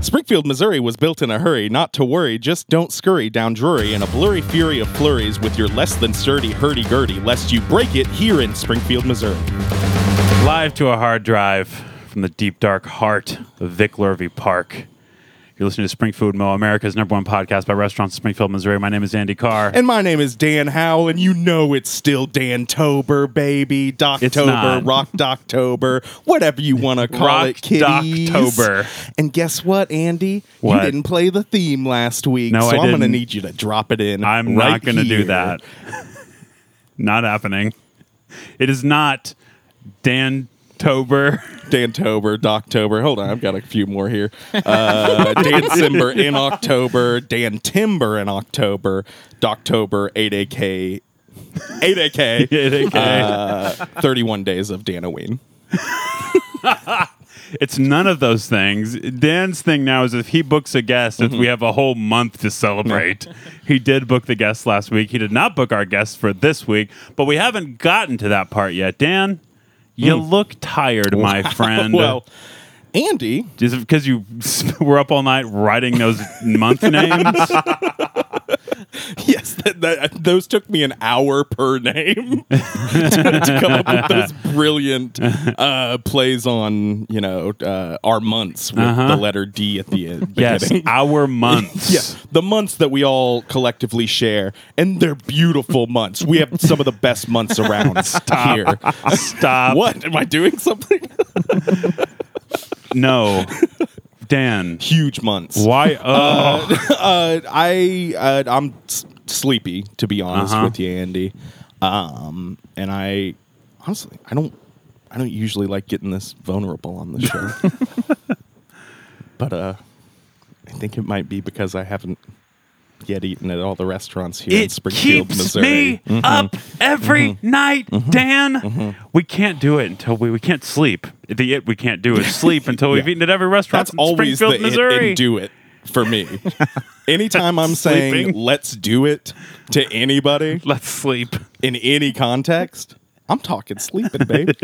Springfield, Missouri was built in a hurry, not to worry, just don't scurry down Drury in a blurry fury of flurries with your less than sturdy hurdy-gurdy, lest you break it here in Springfield, Missouri. Live to a hard drive from the deep, dark heart of Vic Lurvy Park. You're listening to Spring Food Mo, America's number one podcast by restaurants in Springfield, Missouri. My name is Andy Carr. And my name is Dan Howell, and you know it's still Dan Tober, baby. Doctober, not. Rock Doctober, whatever you want to call Rock it, kiddies. Doctober. And guess what, Andy? What? You didn't play the theme last week, No, so I am going to didn't. need you to drop it in. I'm right not going to do here. that. not happening. It is not Dan Tober. Dan Tober, Doctober. Hold on, I've got a few more here. Uh, Dan Simber in October, Dan Timber in October, Doctober, 8AK, 8AK, uh, 31 Days of Danoween. It's none of those things. Dan's thing now is if he books a guest, Mm-hmm. if we have a whole month to celebrate. he did book the guest last week. He did not book our guest for this week, but we haven't gotten to that part yet. Dan, you look tired, my friend. Hmm. Well, Andy, Is it because you were up all night writing those month names? yes, that, that, those took me an hour per name to, to come up with those brilliant uh, plays on, you know, uh, our months with the letter D at the end. Yes, beginning. our months. Yeah, the months that we all collectively share, and they're beautiful months. We have some of the best months around here. Stop. What am I doing? Something No, Dan. huge months. Why? Oh, Uh, I uh, I'm s- sleepy to be honest Uh-huh. with you, Andy. Um, and I honestly I don't I don't usually like getting this vulnerable on the show, but uh, I think it might be because I haven't yet eaten at all the restaurants here in it Springfield, keeps Missouri. Mm-hmm. me up every night, Dan. We can't do it until we we can't sleep. The it we can't do is sleep until we've Yeah. eaten at every restaurant That's in always the Springfield, it Missouri. and do it for me. Anytime I'm saying Sleeping. let's do it to anybody Let's sleep. in any context, I'm talking sleeping, baby.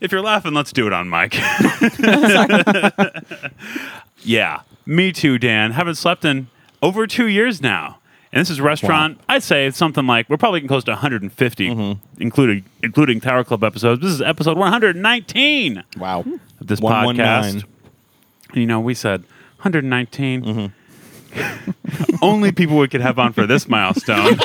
If you're laughing, let's do it on mic. yeah, me too, Dan. Haven't slept in over two years now. And this is restaurant. I'd say it's something like we're probably getting close to 150, Mm-hmm. including including Tower Club episodes. This is episode 119 Wow. of this 119. podcast. You know, we said 119. Mm-hmm. Only people we could have on for this milestone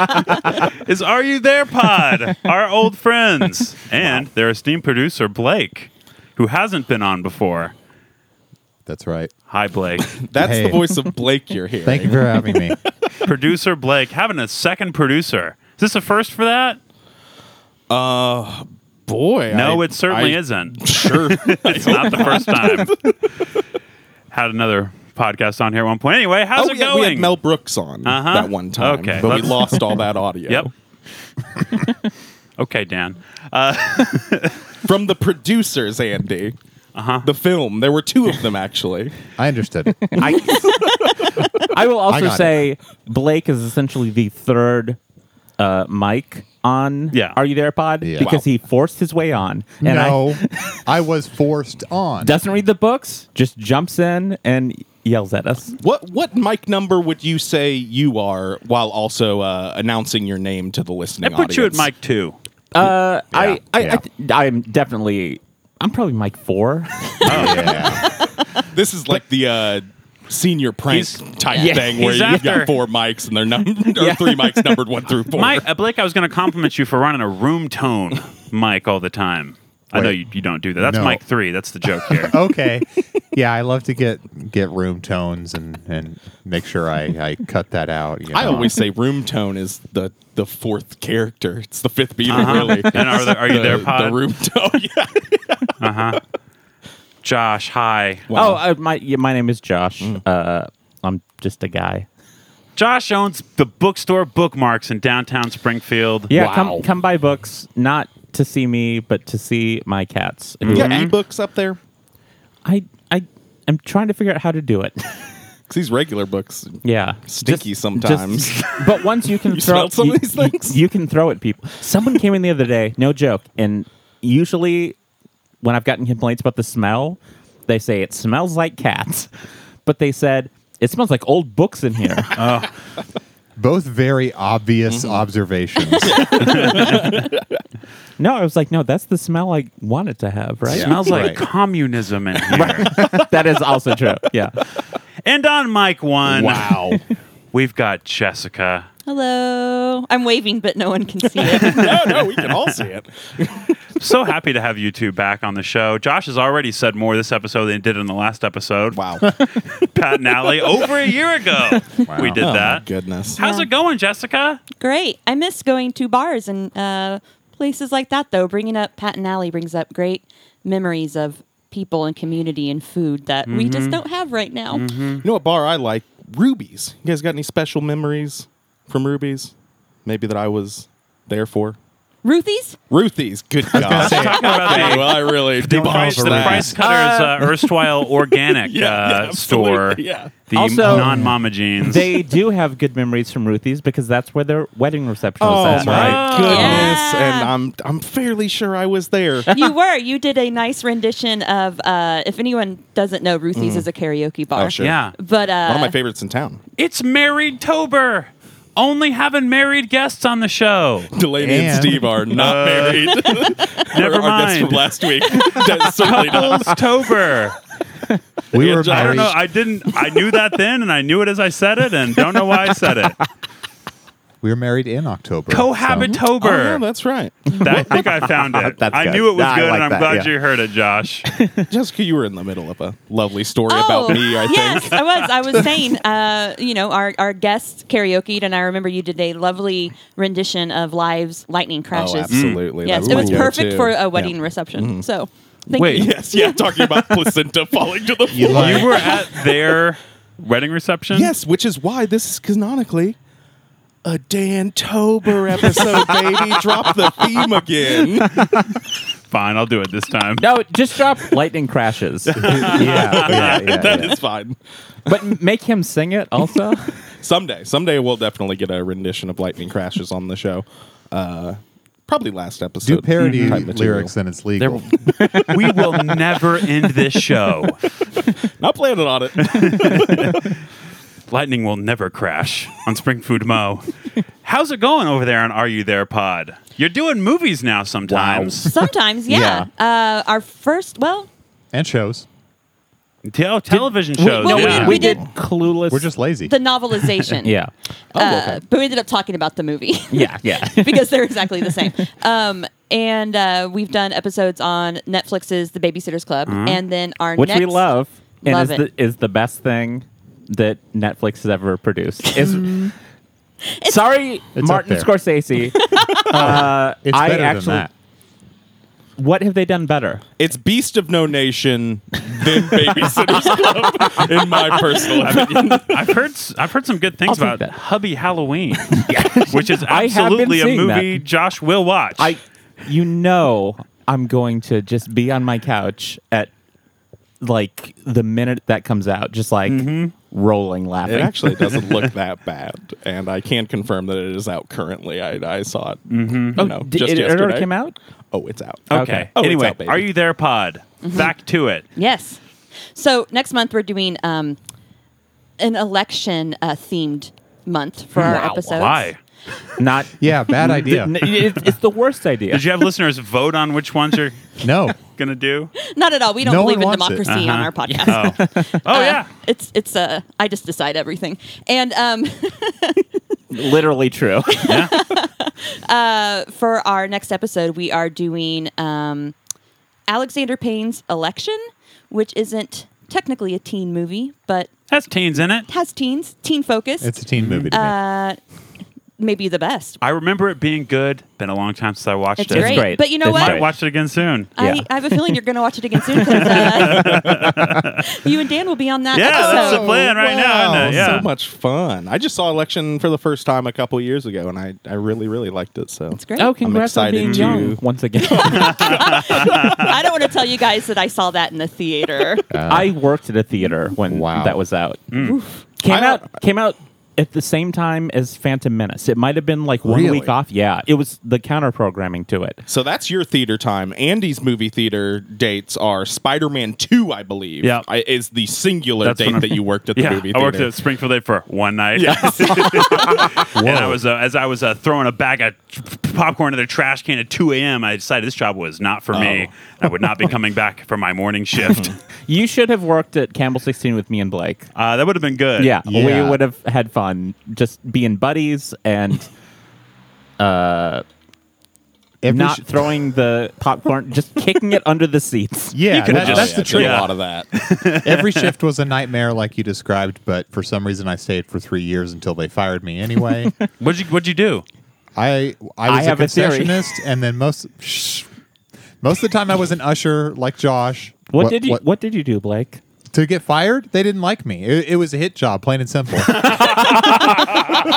is Are You There Pod, our old friends, and their esteemed producer, Blake, who hasn't been on before. That's right. Hi, Blake. That's the Hey. voice of Blake you're hearing. Thank you for having me. producer Blake, having a second producer. Is this a first for that? Boy. No, I- it certainly I- isn't. Sure. It's not the first time. Had another podcast on here at one point. Anyway, how's oh, it yeah, going? we had Mel Brooks on Uh-huh. that one time, Okay, but we let's- lost all that audio. Yep. okay, Dan. From the producers, Andy. Uh-huh. The film. There were two of them, actually. I understood. it. I, I will I also got say Blake is essentially the third uh, mic on Yeah. Are You There Pod Yeah. because Wow. he forced his way on. And no, I, was forced I on. doesn't read the books, just jumps in and yells at us. What what mic number would you say you are while also uh, announcing your name to the I listening put you at audience? mic two. Uh, Yeah, I, I, yeah. I th- I'm definitely, I'm probably mic four. yeah. This is like the uh, senior prank He's- type Yeah. thing where He's you've after- got four mics and they're numbered, or Yeah. three mics numbered one through four. Mike, uh, Blake, I was going to compliment you for running a room tone mic all the time. I know Wait. you, you don't do that. That's No. mic three. That's the joke here. Oh, Okay. Yeah, I love to get get room tones and and make sure I I cut that out. you I know. always say room tone is the the fourth character. It's the fifth beater, Uh-huh. really. And are there- are you the, there, The Pod? Mm-hmm. room tone. Yeah. Josh, hi. Wow. Oh, uh, my, yeah, my name is Josh. Uh, I'm just a guy. Josh owns the bookstore Bookmarks in downtown Springfield. Yeah, Wow. come, come buy books, not to see me, but to see my cats. You got ebooks up there? I, I, I'm trying to figure out how to do it. 'Cause these regular books. Yeah, Stinky sometimes. but once you can You throw smelled some you, of these you- things? you can throw at people. Someone came in the other day, no joke, and usually when I've gotten complaints about the smell, they say it smells like cats, but they said it smells like old books in here. Both very obvious observations. no, I was like, no, that's the smell I wanted to have, right? Yeah. Smells like Right. communism in here. that is also true. Yeah. And on mic one, Wow. we've got Jessica. Hello. I'm waving, but no one can see it. no, no, we can all see it. So happy to have you two back on the show. Josh has already said more this episode than he did in the last episode. Wow. Pat and Allie over a year ago. Wow. We did Oh, my that. goodness. How's it going, Jessica? great. I miss going to bars and uh, places like that, though. Bringing up Pat and Alley brings up great memories of people and community and food that we just Mm-hmm. don't have right now. You know what bar I like? Ruby's. You guys got any special memories from Ruby's? Maybe that I was there for? Ruthie's? Ruthie's. Good God. Talking about the- Okay, well, I really the don't price, the know that. price cutters uh, erstwhile organic Yeah, uh, yeah, absolutely, store yeah. the Also- non mama jeans They do have good memories from Ruthie's because that's where their wedding reception Oh was. at, my right? right. goodness! Yeah. And I'm I'm fairly sure I was there. you were. You did a nice rendition of, uh, if anyone doesn't know, Ruthie's is a karaoke bar. Oh, sure. yeah But uh, One of my favorites in town. it's married tober only having married guests on the show Delaney and, And- Steve are not married. never Our guests from mind last week. That's certainly not. couples tober We were i don't married. know i didn't i knew that then and i knew it as i said it and don't know why i said it We were married in October. so- Oh, yeah, cohabitober that's right. i think i found it That's i good. knew it was I good like and i'm that, glad yeah. you heard it josh Jessica, you were in the middle of a lovely story Oh, about me. I yes, think. I was. I was saying, uh, you know, our, our guest karaokeed, and I remember you did a lovely rendition of Live's Lightning Crashes. absolutely. Yes, That's it my was go-to. perfect for a wedding reception. So, thank Wait. you. Yes, yeah. Talking about placenta falling to the You floor. learned, you were at their wedding reception Yes, which is why this is canonically a Dan Tober episode, baby. Drop the theme again. fine i'll do it this time No, just drop lightning crashes, yeah, yeah, yeah, That yeah. is fine. but m- make him sing it also. Someday, someday we'll definitely get a rendition of Lightning Crashes on the show. Uh, probably last episode. Do parody type material. lyrics, then it's There, legal. we will never end this show. Not planning on it. Lightning will never crash on Spring Food Mo. How's it going over there on Are You There Pod? You're doing movies now sometimes. Sometimes, yeah. Uh, our first, well, and shows. Tel- television shows. well, yeah. we we did did- clueless. We're just lazy. the novelization. yeah, Uh, But we ended up talking about the movie. yeah, yeah. because they're exactly the same. Um, and uh, we've done episodes on Netflix's The Babysitters Club, and then our Which next, we love, and Love is, it. The, is the best thing that Netflix has ever produced. Is sorry, up Martin there. Scorsese. uh, It's I better actually, than that. what have they done better? It's Beast of No Nation, then Babysitter's Club, in my personal opinion. I've heard s- I've heard some good things I'll take about that. Hubby Halloween, which is I have been absolutely a seeing that. movie Josh will watch. I, you know, I'm going to just be on my couch at like the minute that comes out, just like rolling laughing. It actually doesn't look that bad, and I can confirm that it is out currently. I, I saw it, Mm-hmm. Oh, you know, D- just it, it yesterday. already came out. Oh, it's out. okay. okay. Oh, it's anyway, out, baby. Are You There Pod? Mm-hmm. Back to it. Yes. So next month we're doing um, an election uh, themed month for our episodes. Why? Not. Yeah, bad idea. N- it- it's the worst idea. Did you have listeners vote on which ones you're No. gonna do? Not at all. We don't No believe in one wants it. democracy on Uh-huh. our podcast. Oh, oh Uh, yeah. It's it's uh I just decide everything. And um Literally true. for our next episode we are doing um Alexander Payne's Election, which isn't technically a teen movie, but Has teens in it. has teens, teen focus. It's a teen movie to me. uh maybe the best. I remember it being good. Been a long time since I watched It's it. great. great. But you know It's what? Might watch it again soon. Yeah. I, I have a feeling you're going to watch it again soon 'cause, uh, you and Dan will be on that Yeah, that's episode. the plan right now, isn't it? Wow, Yeah. so much fun. I just saw Election for the first time a couple years ago, and I, I really, really liked it. So It's great. Oh, congrats on excited being to- young once again. I don't want to tell you guys that I saw that in the theater. I worked at a theater when Wow. Mm. that was out. Came I out came out at the same time as Phantom Menace. It might have been like one Really? week off. Yeah, it was the counter programming to it. So that's your theater time. Andy's movie theater dates are Spider Man 2, I believe. Yeah. I- Is the singular That's when date I'm- that you worked at the Yeah, movie I theater. worked at Springfield Day for one night. and I was uh, as I was uh, throwing a bag of t- popcorn in the trash can at 2 a.m. I decided this job was not for me. Oh. I would not be coming back for my morning shift. You should have worked at Campbell 16 with me and Blake. uh, that would have been good. Yeah, Yeah. we would have had fun just being buddies and uh, Every not sh- throwing the popcorn, just kicking it under the seats. yeah, could've that- Oh, just- that's yeah, the did trick. A Yeah. lot of that. Every shift was a nightmare, like you described. But for some reason, I stayed for three years until they fired me. Anyway, What'd you What'd you do? I I was a have a theory. concessionist, and then most shh, most of the time I was an usher, like Josh. What, did you what, did you do, Blake? to get fired? They didn't like me. It, it was a hit job, plain and simple.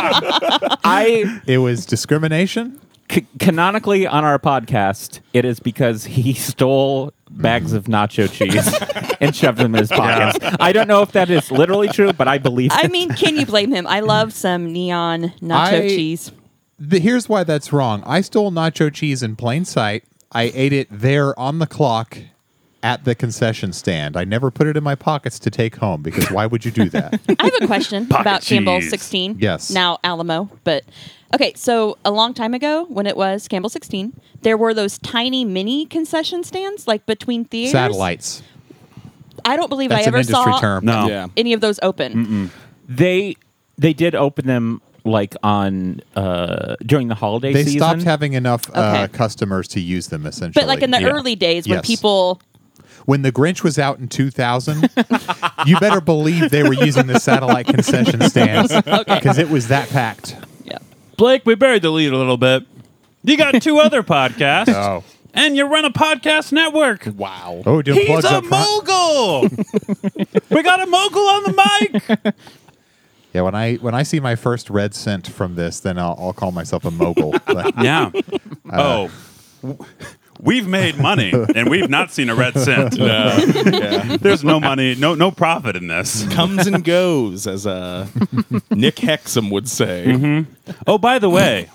I it was discrimination. c- canonically on our podcast, it is because he stole bags of nacho cheese and shoved them in his pockets. I don't know if that is literally true, but I believe I it. mean, can you blame him? I love some neon nacho I- cheese. The, here's why that's wrong. I stole nacho cheese in plain sight. I ate it there on the clock at the concession stand. I never put it in my pockets to take home because why would you do that? I have a question Pocket about Campbell cheese. 16. Yes. Now Alamo, but okay. So a long time ago, when it was Campbell 16, there were those tiny mini concession stands, like between theaters. Satellites. I don't believe That's an I ever industry saw term. No. Yeah. any of those open. they they did open them like on uh during the holiday They season. stopped having enough uh, Okay. customers to use them essentially. But like in the early days, when Yes. people when the Grinch was out in 2000, you better believe they were using the satellite concession stands because it was that packed. yeah. Blake, we buried the lead a little bit. You got two other podcasts, Oh, and you run a podcast network. Wow. oh, doing He's plugs a up front. mogul. we got a mogul on the mic. Yeah, when I when I see my first red cent from this, then I'll, I'll call myself a mogul. But Yeah. oh, W- we've made money, and we've not seen a red cent. No. yeah. There's no money, no no profit in this. Comes and goes, as uh, Nick Hexum would say. Oh, by the way,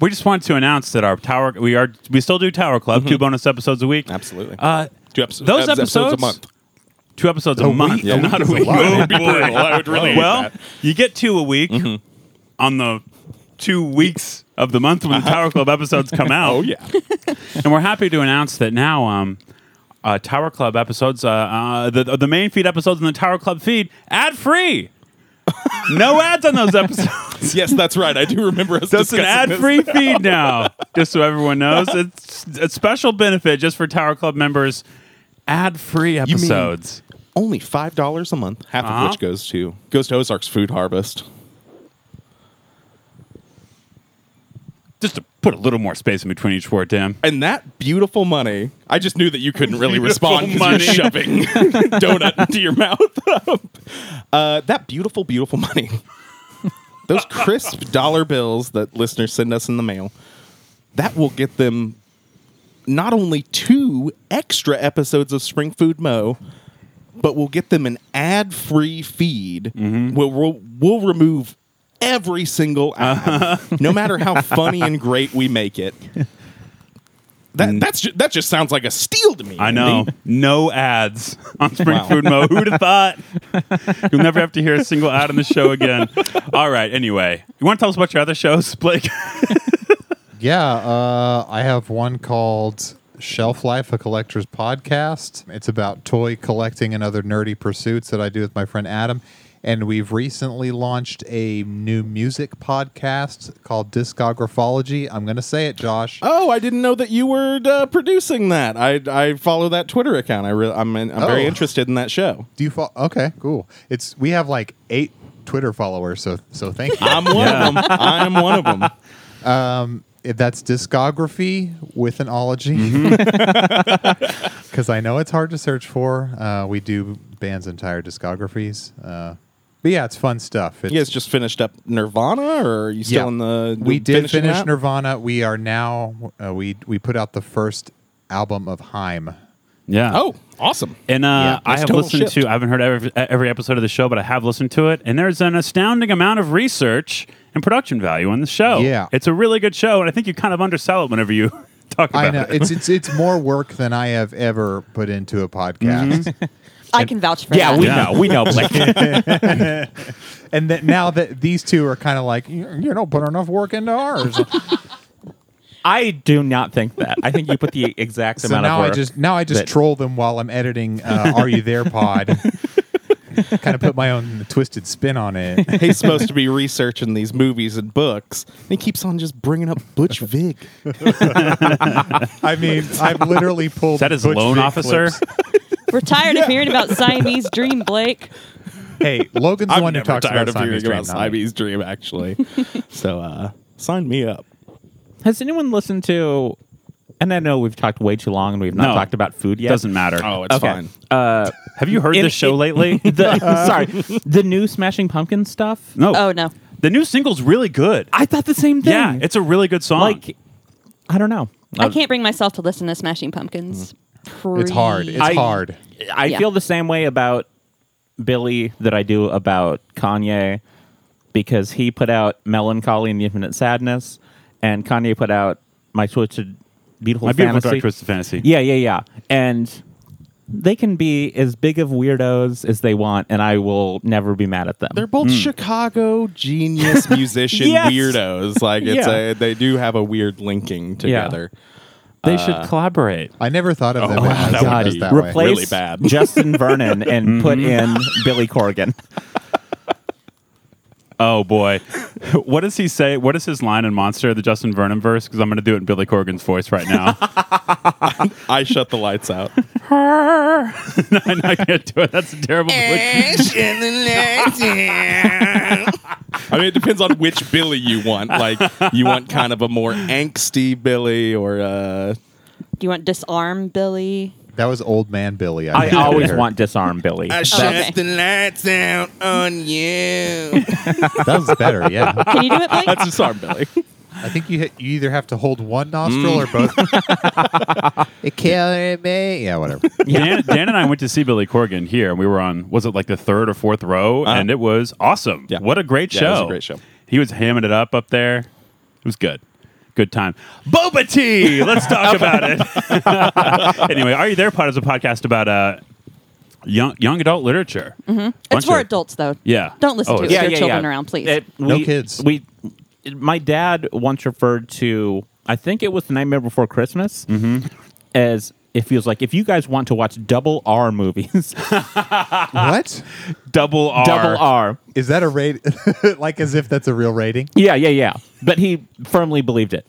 we just want to announce that our tower we are we still do Tower Club, two bonus episodes a week. Absolutely. Uh, Two episodes, those episodes a episodes- month. two episodes a, A month, week? Yeah, not a week is week. a lot. Oh, That'd be boy. brutal. I would really hate well, that. you get two a week on the two weeks of the month when the Tower Club episodes come out. Oh, yeah. and we're happy to announce that now um, uh, Tower Club episodes, uh, uh, the the main feed episodes in the Tower Club feed, ad free. no ads on those episodes. yes, that's right. I do remember us That's an ad discussing this. free feed now. Just so everyone knows, it's a special benefit just for Tower Club members. Ad free mean- episodes. Only five dollars a month, half Uh-huh. of which goes to goes to Ozark's Food Harvest. just to put a little more space in between each word, Dan. and that beautiful money, I just knew that you couldn't really Beautiful respond because you're shoving donut into your mouth. uh, that beautiful, beautiful money. Those crisp dollar bills that listeners send us in the mail, that will get them not only two extra episodes of Spring Food Mo, but we'll get them an ad-free feed. We'll, we'll we'll remove every single ad, no matter how funny and great we make it. That that's ju- that just sounds like a steal to me. I know. Andy. No ads on Spring Wow. Food Mo. Who'd have thought? You'll never have to hear a single ad on the show again. All right. Anyway, you want to tell us about your other shows, Blake? yeah, uh, I have one called Shelf Life, a collector's podcast. It's about toy collecting and other nerdy pursuits that I do with my friend Adam. And we've recently launched a new music podcast called Discographology. I'm going to say it, Josh. Oh, I didn't know that you were uh, producing that. I I follow that Twitter account. I re- I'm in, I'm very Oh. interested in that show. Do you follow? Okay, cool. It's we have like eight Twitter followers, so so thank you. I'm one of them. I am one of them. If That's discography with an ology, because I know it's hard to search for. Uh, we do bands' entire discographies, uh, but yeah, it's fun stuff. It's, You guys just finished up Nirvana, or are you still yeah. in the? We did finishing finish that? Nirvana. We are now uh, we we put out the first album of Heim, Yeah. Oh, awesome. And uh, I that's have total listened shift. to, I haven't heard every, e, every episode of the show, but I have listened to it. And there's an astounding amount of research and production value on the show. Yeah. It's a really good show. And I think you kind of undersell it whenever you talk about I know it. it's it's it's more work than I have ever put into a Mm-hmm. podcast. I can vouch for Yeah, that. we Yeah. know. We know, Blake. and that now that these two are kind of like you you don't put enough work into ours. I do not think that. I think you put the exact so amount now of I work. just now I just that- troll them while I'm editing. Uh, are you there, Pod? kind of put my own twisted spin on it. He's supposed to be researching these movies and books, and he keeps on just bringing up Butch Vig. I mean, I've literally pulled. Is that his Butch loan Vig officer? clips. We're tired of hearing about Siamese dream, Blake. Hey, Logan's the I'm one who never talks tired about of hearing Siamese Dream. about not me. Siamese Dream, actually. so uh, sign me up. Has anyone listened to? And I know we've talked way too long, and we've not No. talked about food yet. Doesn't matter. it's Okay. Uh, have you heard in- this show in- lately? The, sorry, the new Smashing Pumpkins stuff. no. Oh no. The new single's really good. I thought the same thing. yeah. It's a really good song. like I don't know. I can't bring myself to listen to Smashing Pumpkins. Mm. It's hard. It's Pre- I- hard. I Yeah. feel the same way about Billy that I do about Kanye because he put out Melancholy and the Infinite Sadness, and Kanye put out My Twisted Beautiful my beautiful Fantasy. dark twisted fantasy. Yeah, yeah, yeah. And they can be as big of weirdos as they want, and I will never be mad at them. They're both Chicago genius musician Yes. weirdos. Like it's Yeah. a they do have a weird linking together. They should collaborate. I never thought of them as that would as be that way. replace Really bad. Justin Vernon and put in Billy Corgan. Oh boy, what does he say? What is his line in Monster, the Justin Vernon verse? Because I'm going to do it in Billy Corgan's voice right now. I shut the lights out. no, no, I can't do it. That's a terrible. Eh. voice. I mean, it depends on which Billy you want. Like you want kind of a more angsty Billy or uh, Do you want disarm Billy? That was old man Billy. I, I think, over always here. want disarm Billy. Oh, shut Okay. the lights out on you. That was better. Yeah, Can you do it, Blake? That's just arm Billy. I think you you either have to hold one nostril or both. it killed me. Yeah, whatever. Dan, Dan and I went to see Billy Corgan here, and we were on was it like the third or fourth row, and it was awesome. Uh-huh. Yeah. What a great show! Yeah, it was a great show. He was hamming it up up there. It was good. Good time. Boba tea. Let's talk about it. anyway, Are You There Pod is a podcast about uh, young young adult literature. Mm-hmm. it's for adults though. Yeah. Don't listen Oh, to it it's- with your children around, please. It- No we- kids. We, my dad once referred to, I think it was the Nightmare Before Christmas, as it feels like if you guys want to watch double R movies, what Double R. double R. is that a rate? like as if that's a real rating. Yeah, yeah, yeah. But he firmly believed it.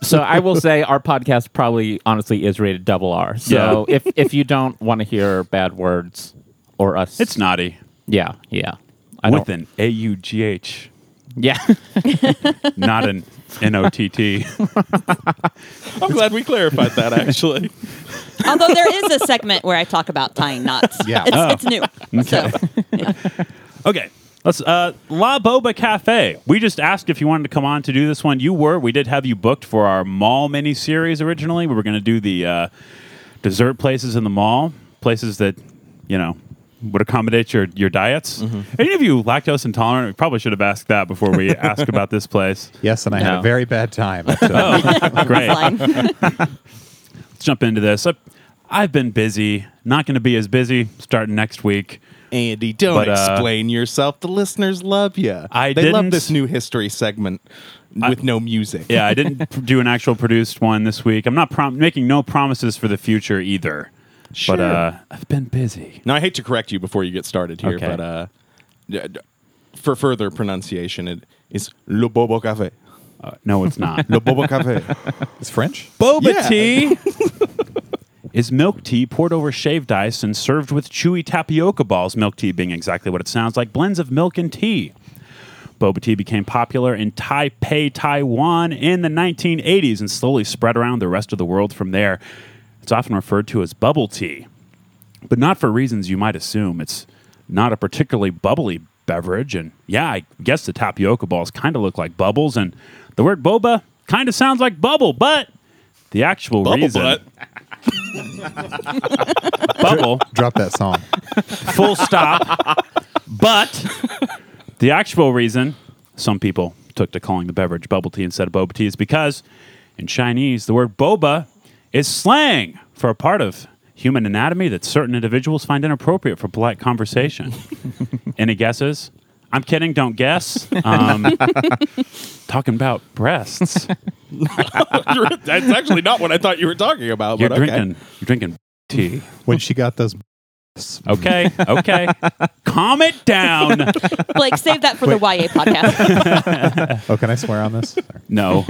So I will say our podcast probably honestly is rated double R. So if if you don't want to hear bad words or us, It's naughty. Yeah, yeah. I with don't- an A U G H, Yeah. not an N O T T. I'm glad we clarified that. Actually, Although there is a segment where I talk about tying knots. Yeah. It's, it's new. So Okay. Let's uh La Boba Cafe. We just asked if you wanted to come on to do this one. You were. We did have you booked for our mall mini series originally. We were gonna do the uh, dessert places in the mall, places that, you know, would accommodate your, your diets. Mm-hmm. Any of you lactose intolerant? We probably should have asked that before we ask about this place. Yes, and I had No. Oh. a very bad time. So Great. fine. Let's jump into this. I, I've been busy. Not gonna be as busy starting next week. Andy, don't But, uh, explain yourself. The listeners love you. I they love didn't- this new history segment with no music. yeah, I didn't pr- do an actual produced one this week. I'm not prom- making no promises for the future either. Sure. But uh, I've been busy. Now, I hate to correct you before you get started here, Okay. but uh, d- d- for further pronunciation, it is Le Bobo Café. Uh, no, it's not. Le Bobo Café. it's French. Boba Yeah. tea is milk tea poured over shaved ice and served with chewy tapioca balls, milk tea being exactly what it sounds like blends of milk and tea. Boba tea became popular in Taipei, Taiwan in the 1980s and slowly spread around the rest of the world from there. It's often referred to as bubble tea, but not for reasons you might assume. It's not a particularly bubbly beverage, and yeah, I guess the tapioca balls kind of look like bubbles, and the word boba kind of sounds like bubble, but the actual Bubble reason butt. Bubble. Drop that song. full stop. but the actual reason some people took to calling the beverage bubble tea instead of boba tea is because in Chinese, the word boba is slang for a part of human anatomy that certain individuals find inappropriate for polite conversation. Any guesses? I'm kidding, don't guess. Um, talking about breasts. That's actually not what I thought you were talking about. You're but drinking you're drinking tea. When she got those, Okay, okay. Calm it down. Blake, save that for the YA podcast. oh, can I swear on this? No.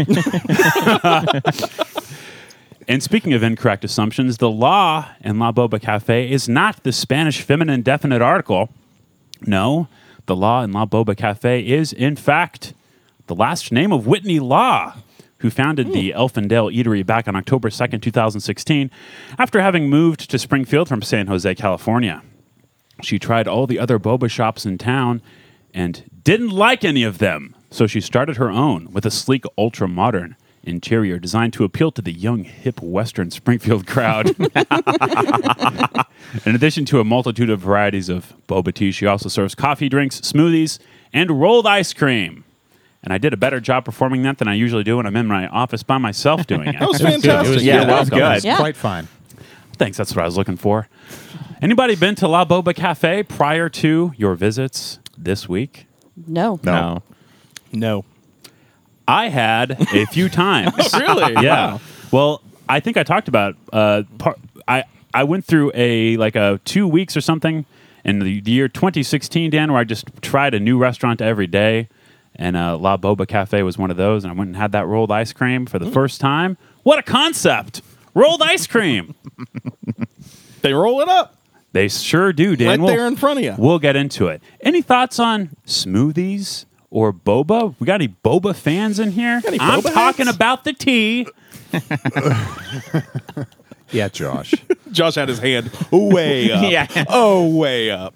and speaking of incorrect assumptions, the law in La Boba Cafe is not the Spanish feminine definite article. No, the law in La Boba Cafe is, in fact, the last name of Whitney Law, who founded the Elfindale Eatery back on October 2nd, 2016, after having moved to Springfield from San Jose, California. She tried all the other boba shops in town and didn't like any of them. So she started her own with a sleek, ultra modern interior designed to appeal to the young, hip Western Springfield crowd. in addition to a multitude of varieties of boba tea, she also serves coffee, drinks, smoothies, and rolled ice cream. And I did a better job performing that than I usually do when I'm in my office by myself doing it. That was fantastic. was- yeah, You're that was welcome. good. Yeah. Quite fine. Thanks. That's what I was looking for. Anybody been to La Boba Cafe prior to your visits this week? No. No. No. I had a few times. Oh, Really? Yeah. Well, I think I talked about uh, par- I I went through a like a two weeks or something in the year 2016, Dan, where I just tried a new restaurant every day, and uh, La Boba Cafe was one of those, and I went and had that rolled ice cream for the first time. What a concept! Rolled ice cream. They roll it up They sure do, Dan. right We'll- there in front of you. We'll get into it. Any thoughts on smoothies or boba? We got any boba fans in here? any I'm boba talking heads? about the tea. Yeah, Josh. Josh had his hand way up. Yeah. Oh, way up.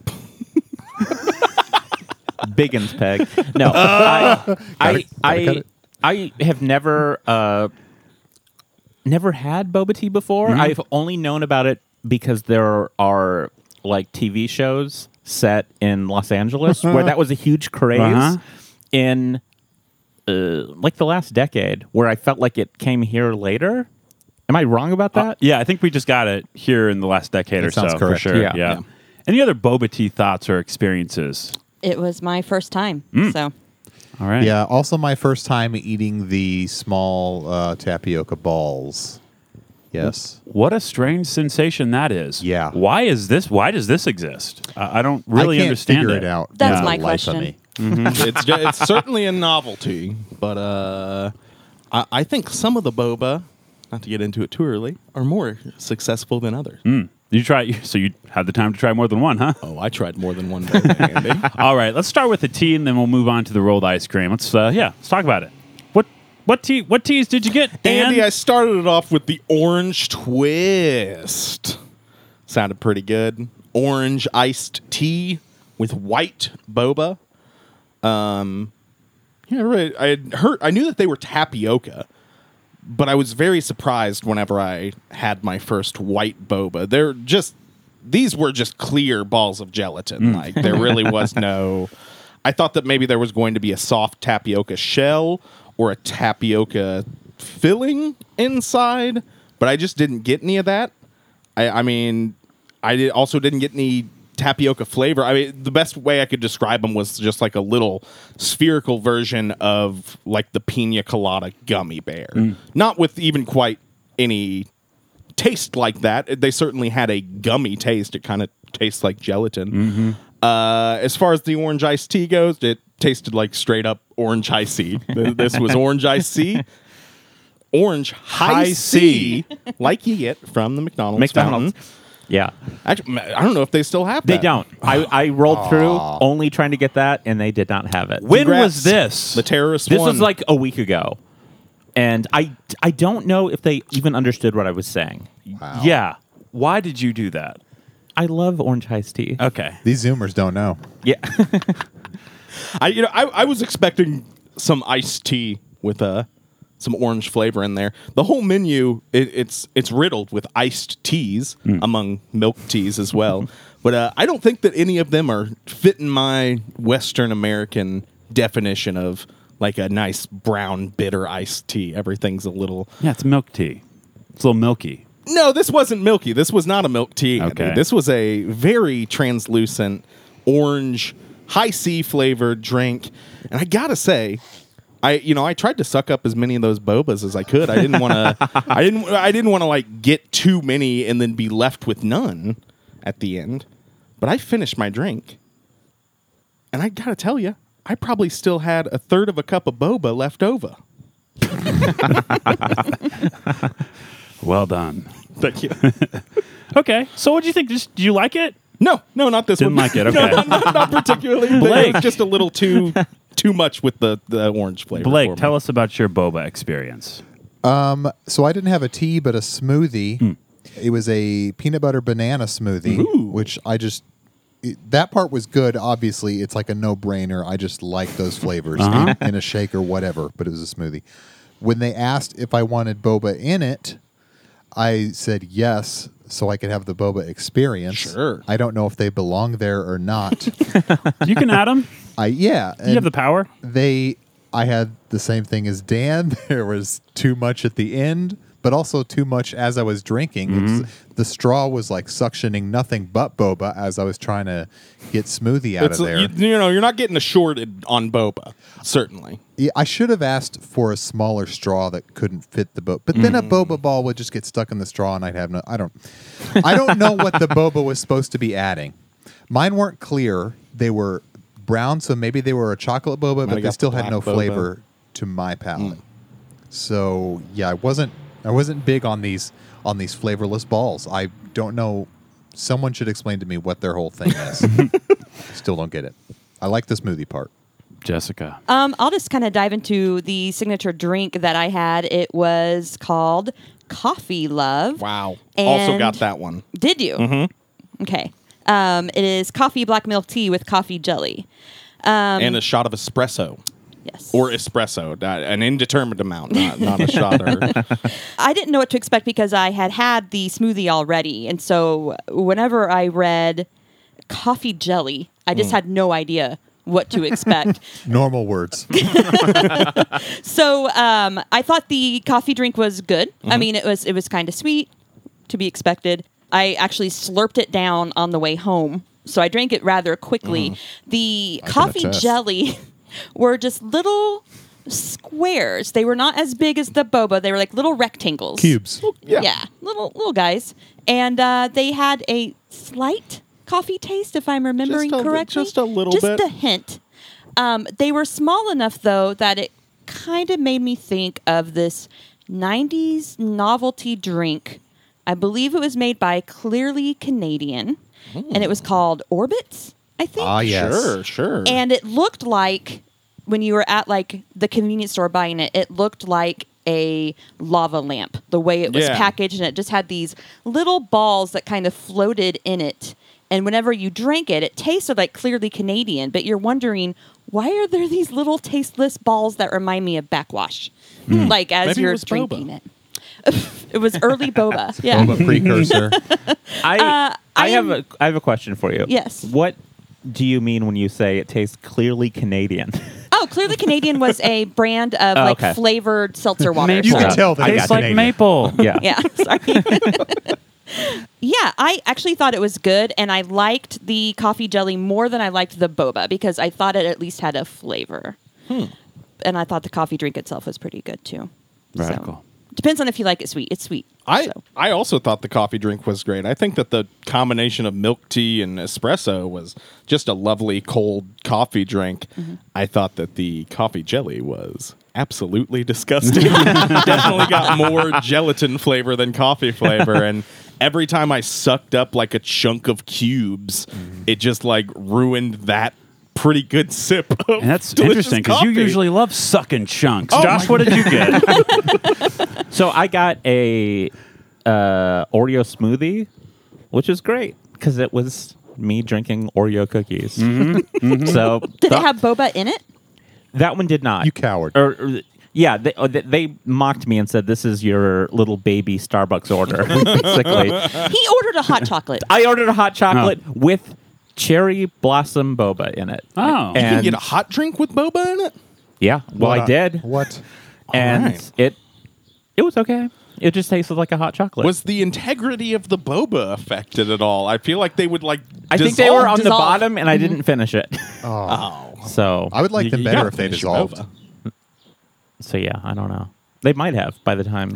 Biggins peg. No, I, I, Gotta- gotta cut I, it. I have never, uh, never had boba tea before. Mm-hmm. I've only known about it because there are like TV shows set in Los Angeles where that was a huge craze Uh-huh. in uh, like the last decade, where I felt like it came here later. Am I wrong about Uh, that? Yeah, I think we just got it here in the last decade or so sounds for correct. sure. Yeah. yeah. Yeah. Any other boba tea thoughts or experiences? It was my first time. So All right. yeah. Also, my first time eating the small uh, tapioca balls. Yes. What a strange sensation that is. Yeah. Why is this? Why does this exist? I, I don't really I can't understand figure it, out. That's for my the life of question. me. Mm-hmm. it's ju- it's certainly a novelty, but uh, I, I think some of the boba, not to get into it too early, are more successful than others. You try. So you had the time to try more than one, huh? Oh, I tried more than one boba, Andy. All right, let's start with the tea, and then we'll move on to the rolled ice cream. Let's, uh, yeah, let's talk about it. What what tea? What teas did you get, Dan? Andy, I started it off with the orange twist. Sounded pretty good. Orange iced tea with white boba. Um, yeah, right. I had heard, I knew that they were tapioca, but I was very surprised whenever I had my first white boba. They're just these were just clear balls of gelatin. Like there really was no. I thought that maybe there was going to be a soft tapioca shell or a tapioca filling inside, but I just didn't get any of that. I, I mean, I did, also didn't get any tapioca flavor. I mean, the best way I could describe them was just like a little spherical version of like the pina colada gummy bear. Not with even quite any taste like that. They certainly had a gummy taste. It kind of tastes like gelatin. Uh, as far as the orange iced tea goes, it tasted like straight up orange high C. Th- this was orange iced tea. Orange high, High C, like you get from the McDonald's. McDonald's. fountain. Yeah. Actually, I don't know if they still have They that. don't. I, I rolled through only trying to get that, and they did not have it. when Congrats. was this? The terrorist This won. was like a week ago, and I I don't know if they even understood what I was saying. Wow. yeah. Why did you do that? Oh, I love orange iced tea. Okay. These Zoomers don't know. yeah, I you know I, I was expecting some iced tea with a some orange flavor in there. The whole menu it, it's it's riddled with iced teas Mm. among milk teas as well. but uh, I don't think that any of them are fitting my Western American definition of like a nice brown bitter iced tea. Everything's a little Yeah, it's milk tea. It's a little milky. no, this wasn't milky. This was not a milk tea. Andy. Okay. This was a very translucent orange high C flavored drink. And I got to say, I you know, I tried to suck up as many of those bobas as I could. I didn't want to I didn't I didn't want to like get too many and then be left with none at the end. But I finished my drink. And I got to tell you, I probably still had a third of a cup of boba left over. Well done. Thank you. Okay. So what do you think? Just do you like it? No, no, not this Didn't one. like it. No, Okay. not, not- not particularly. They Blake. were just a little too too much with the, the orange flavor. Blake, tell us about your boba experience. So I didn't have a tea, but a smoothie. Hmm. It was a peanut butter banana smoothie, which I just. It, that part was good. Obviously, it's like a no brainer. I just like those flavors Uh-huh. in, in a shake or whatever, but it was a smoothie. When they asked if I wanted boba in it, I said yes, so I could have the boba experience. Sure. I don't know if they belong there or not. You can add them. I yeah. You have and- the power. they I had the same thing as Dan. There was too much at the end, but also too much as I was drinking. It was- Mm-hmm. the straw was like suctioning nothing but boba as I was trying to get smoothie out It's, of there. you, you know, you're not getting a shorted on boba. Certainly, Yeah, I should have asked for a smaller straw that couldn't fit the boba. But then Mm. a boba ball would just get stuck in the straw and I'd have no I don't I don't know what the boba was supposed to be adding. Mine weren't clear. They were brown, so maybe they were a chocolate boba, have but they got still had black no boba. Mm. flavor to my palate. So yeah, I wasn't I wasn't big on these on these flavorless balls. I don't know someone should explain to me what their whole thing is. still don't get it. I like the smoothie part. Jessica. Uh, Um, I'll just kind of dive into the signature drink that I had. It was called Coffee Love. wow. also And- got that one. Did you? Okay. Um, it is coffee black milk tea with coffee jelly. and a shot of espresso Yes. or espresso, not- an indeterminate amount, not, not a shot. Or, I didn't know what to expect because I had had the smoothie already. And so whenever I read coffee jelly, I just had no idea what to expect. Normal words. so um, I thought the coffee drink was good. I Mm-hmm. mean, it was it was kind of sweet to be expected. I actually slurped it down on the way home, so I drank it rather quickly. The Mm-hmm. can coffee attest. jelly were just little squares. They were not as big as the boba. They were like little rectangles. Cubes. Yeah. little little guys, and uh, they had a slight coffee taste, if I'm remembering Just a li- correctly. just a little just bit. a hint. Um, they were small enough though that it kind of made me think of this '90s novelty drink. I believe it was made by Clearly Canadian, Mm. and it was called Orbits. I think. Ah, yes. Sure, sure. And it looked like when you were at like the convenience store buying it, it looked like a lava lamp the way it was Yeah. packaged and it just had these little balls that kind of floated in it. And whenever you drank it, it tasted like clearly Canadian, but you're wondering why are there these little tasteless balls that remind me of backwash? Like as Hmm. Maybe it you're was boba. drinking it. it was early boba. Yeah. Boba precursor. I Uh, I I have am- a I have a question for you. Yes. What do you mean when you say it tastes clearly Canadian? Oh, clearly Canadian was a brand of Oh, like okay. flavored seltzer water. You can tell that tastes it's like Canadian. maple. yeah. yeah, sorry. yeah, I actually thought it was good, and I liked the coffee jelly more than I liked the boba because I thought it at least had a flavor. And I thought the coffee drink itself was pretty good too. So, Radical. depends on if you like it sweet. It's sweet. I so. I also thought the coffee drink was great. I think that the combination of milk tea and espresso was just a lovely cold coffee drink. Mm-hmm. I thought that the coffee jelly was absolutely disgusting. Definitely got more gelatin flavor than coffee flavor and every time I sucked up like a chunk of cubes, Mm-hmm. it just like ruined that pretty good sip. Of And that's delicious interesting because you coffee. usually love sucking chunks. Oh Josh, my what did you get? So I got a uh, Oreo smoothie, which is great because it was me drinking Oreo cookies. So Did Mm-hmm. that, it have boba in it? that one did not. You coward. Er, Or, or th- Yeah, they, oh, they, they mocked me and said, "This is your little baby Starbucks order." basically, He ordered a hot chocolate. I ordered a hot chocolate with cherry blossom boba in it. Oh. You can and get a hot drink with boba in it. yeah, well, What I a- did, What? and Alright. it it was okay. It just tasted like a hot chocolate. Was the integrity of the boba affected at all? I feel like they would like. I think they were Oh, on the dissolve. bottom, and I didn't finish it. So I would like You- them you better gotta if they finish your dissolved. boba. So yeah, I don't know. They might have by the time.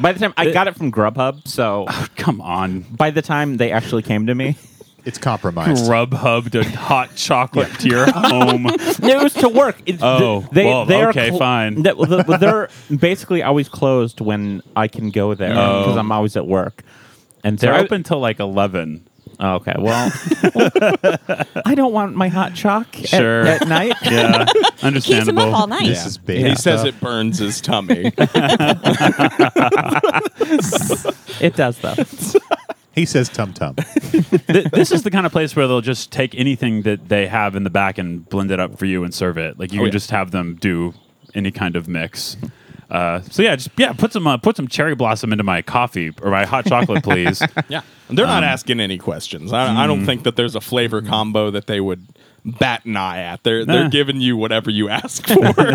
by the time I got it from Grubhub, so Come on. by the time they actually came to me, It's compromised. Grub hubbed a hot chocolate to your home. it was to work. It's- Oh, they, well, they are okay, fine. th- well, th- They're basically always closed when I can go there Oh. because I'm always at work. And so They're I- open till like 11. Okay, well, I don't want my hot chalk at- Sure. at, night. Yeah. Keeps him up all Understandable. night. This is big. He says stuff. it burns his tummy. It does though. He says tum tum. Th- this is the kind of place where they'll just take anything that they have in the back and blend it up for you and serve it. Like you can yeah. just have them do any kind of mix. Uh, so yeah, just yeah, put some uh, put some cherry blossom into my coffee or my hot chocolate, please. yeah, they're not asking any questions. I, I don't think that there's a flavor combo that they would bat an eye at. They're Nah. they're giving you whatever you ask for.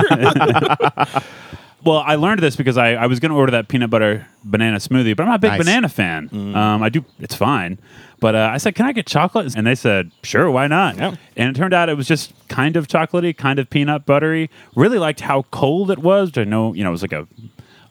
Well, I learned this because I, I was going to order that peanut butter banana smoothie, but I'm not a big Nice. banana fan. Um, I do, it's fine. But uh, I said, can I get chocolate? And they said, sure, why not? Yeah. And it turned out it was just kind of chocolatey, kind of peanut buttery. Really liked how cold it was. which I know, you know, it was like a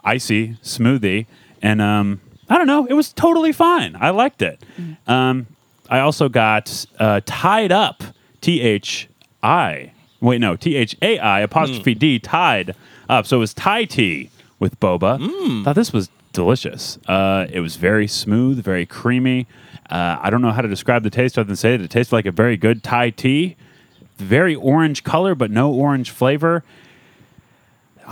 icy smoothie. And um, I don't know, it was totally fine. I liked it. Um, I also got uh, Tied Up, T H I. Wait, no, T H A I Hmm. apostrophe D, Tied Up. So it was Thai tea with boba. Hmm. Thought this was delicious. Uh, it was very smooth, very creamy. Uh, I don't know how to describe the taste other than say that it tasted like a very good Thai tea. Very orange color, but no orange flavor.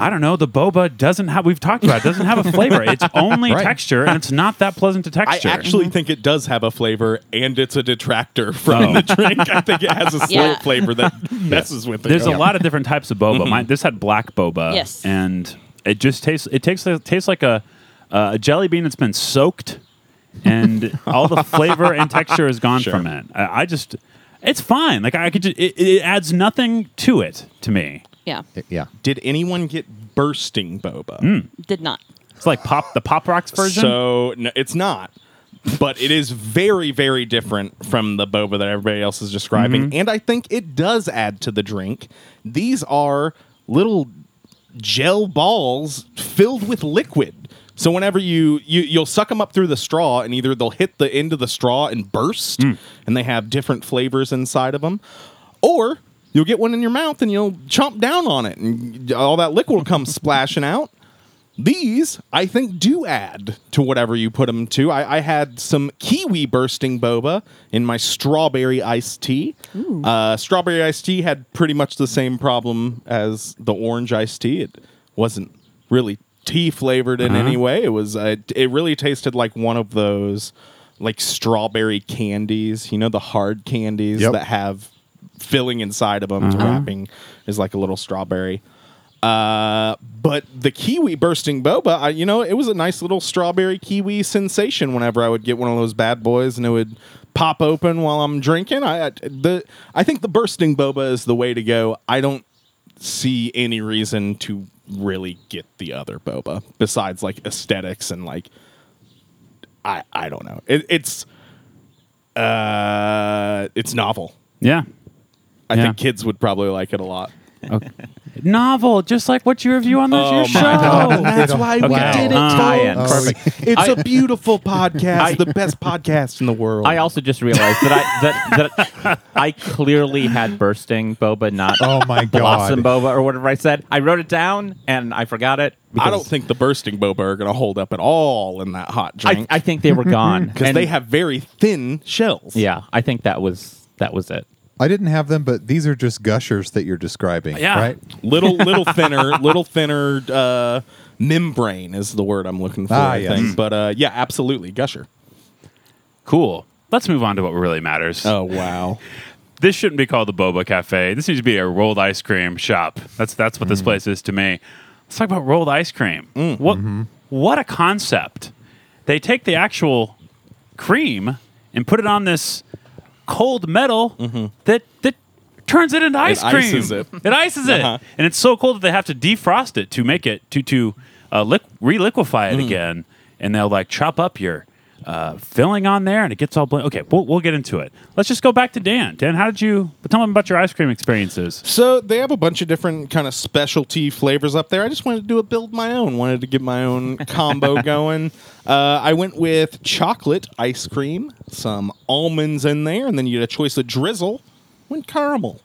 I don't know. The boba doesn't have. We've talked about. It, doesn't have a flavor. It's only Right. texture, and it's not that pleasant to I texture. actually think it does have a flavor, and it's a detractor Oh. from the drink. I think it has a slow Yeah. flavor that messes with it. There's a lot of different types of Mm-hmm. boba. Mine, this had black boba. Yes. and it just tastes. It takes. It tastes like a, uh, a jelly bean that's been soaked, and all the flavor and texture is gone from it. I, I just, it's fine. Like I could. Just, it, it adds nothing to it to me. Yeah. Yeah. Did anyone get bursting boba? Did not. It's like pop the pop rocks version. So no, it's not. But it is very, very different from the boba that everybody else is describing. And I think it does add to the drink. These are little gel balls filled with liquid. So whenever you, you you'll suck them up through the straw, and either they'll hit the end of the straw and burst, and they have different flavors inside of them, or you'll get one in your mouth and you'll chomp down on it, and all that liquid will come splashing out these I think do add to whatever you put them to. I, I had some kiwi bursting boba in my strawberry iced tea. Uh, strawberry iced tea had pretty much the same problem as the orange iced tea. It wasn't really tea flavored in any way. It was. Uh, it really tasted like one of those like strawberry candies. You know the hard candies Yep. that have filling inside of them. The wrapping is like a little strawberry. Uh, but the kiwi bursting boba, I, you know, it was a nice little strawberry kiwi sensation. Whenever I would get one of those bad boys, and it would pop open while I'm drinking. I I- the I think the bursting boba is the way to go. I don't see any reason to really get the other boba besides like aesthetics and like I I don't know. It, it's uh, it's novel. yeah. I Yeah. think kids would probably like it a lot. Novel, just like what you review on this Oh your my show. God. And that's why we Okay. did it, Um, Tom. tie-in. Uh, Perfect. Oh, It's a beautiful podcast, the best podcast in the world. I also just realized that I that, that I clearly had bursting boba, not Oh my blossom god. boba or whatever I said. I wrote it down and I forgot it. I because don't think the bursting boba are going to hold up at all in that hot I, drink I think they were gone because And- they have very thin shells. Yeah, I think that was that was it. I didn't have them, but these are just gushers that you're describing. Yeah. Right? little, little thinner, little thinner uh, membrane is the word I'm looking for. Ah, I yes. think. But uh, yeah, absolutely, gusher. Cool. Let's move on to what really matters. Oh wow, This shouldn't be called the Boba Cafe. This needs to be a rolled ice cream shop. That's that's what this place is to me. Let's talk about rolled ice cream. What what a concept! They take the actual cream and put it on this cold metal that that turns it into ice cream. ices it. It ices Uh-huh. it, and it's so cold that they have to defrost it to make it to to uh, liq- reliquify Mm. it again, and they'll like chop up your uh, filling on there, and it gets all bland. Okay, we'll, we'll get into it. Let's just go back to Dan. Dan, how did you tell him about your ice cream experiences? So they have a bunch of different kind of specialty flavors up there. I just wanted to do a build my own. Wanted to get my own combo going. Uh, I went with chocolate ice cream, some almonds in there, and then you had a choice of drizzle. Went caramel.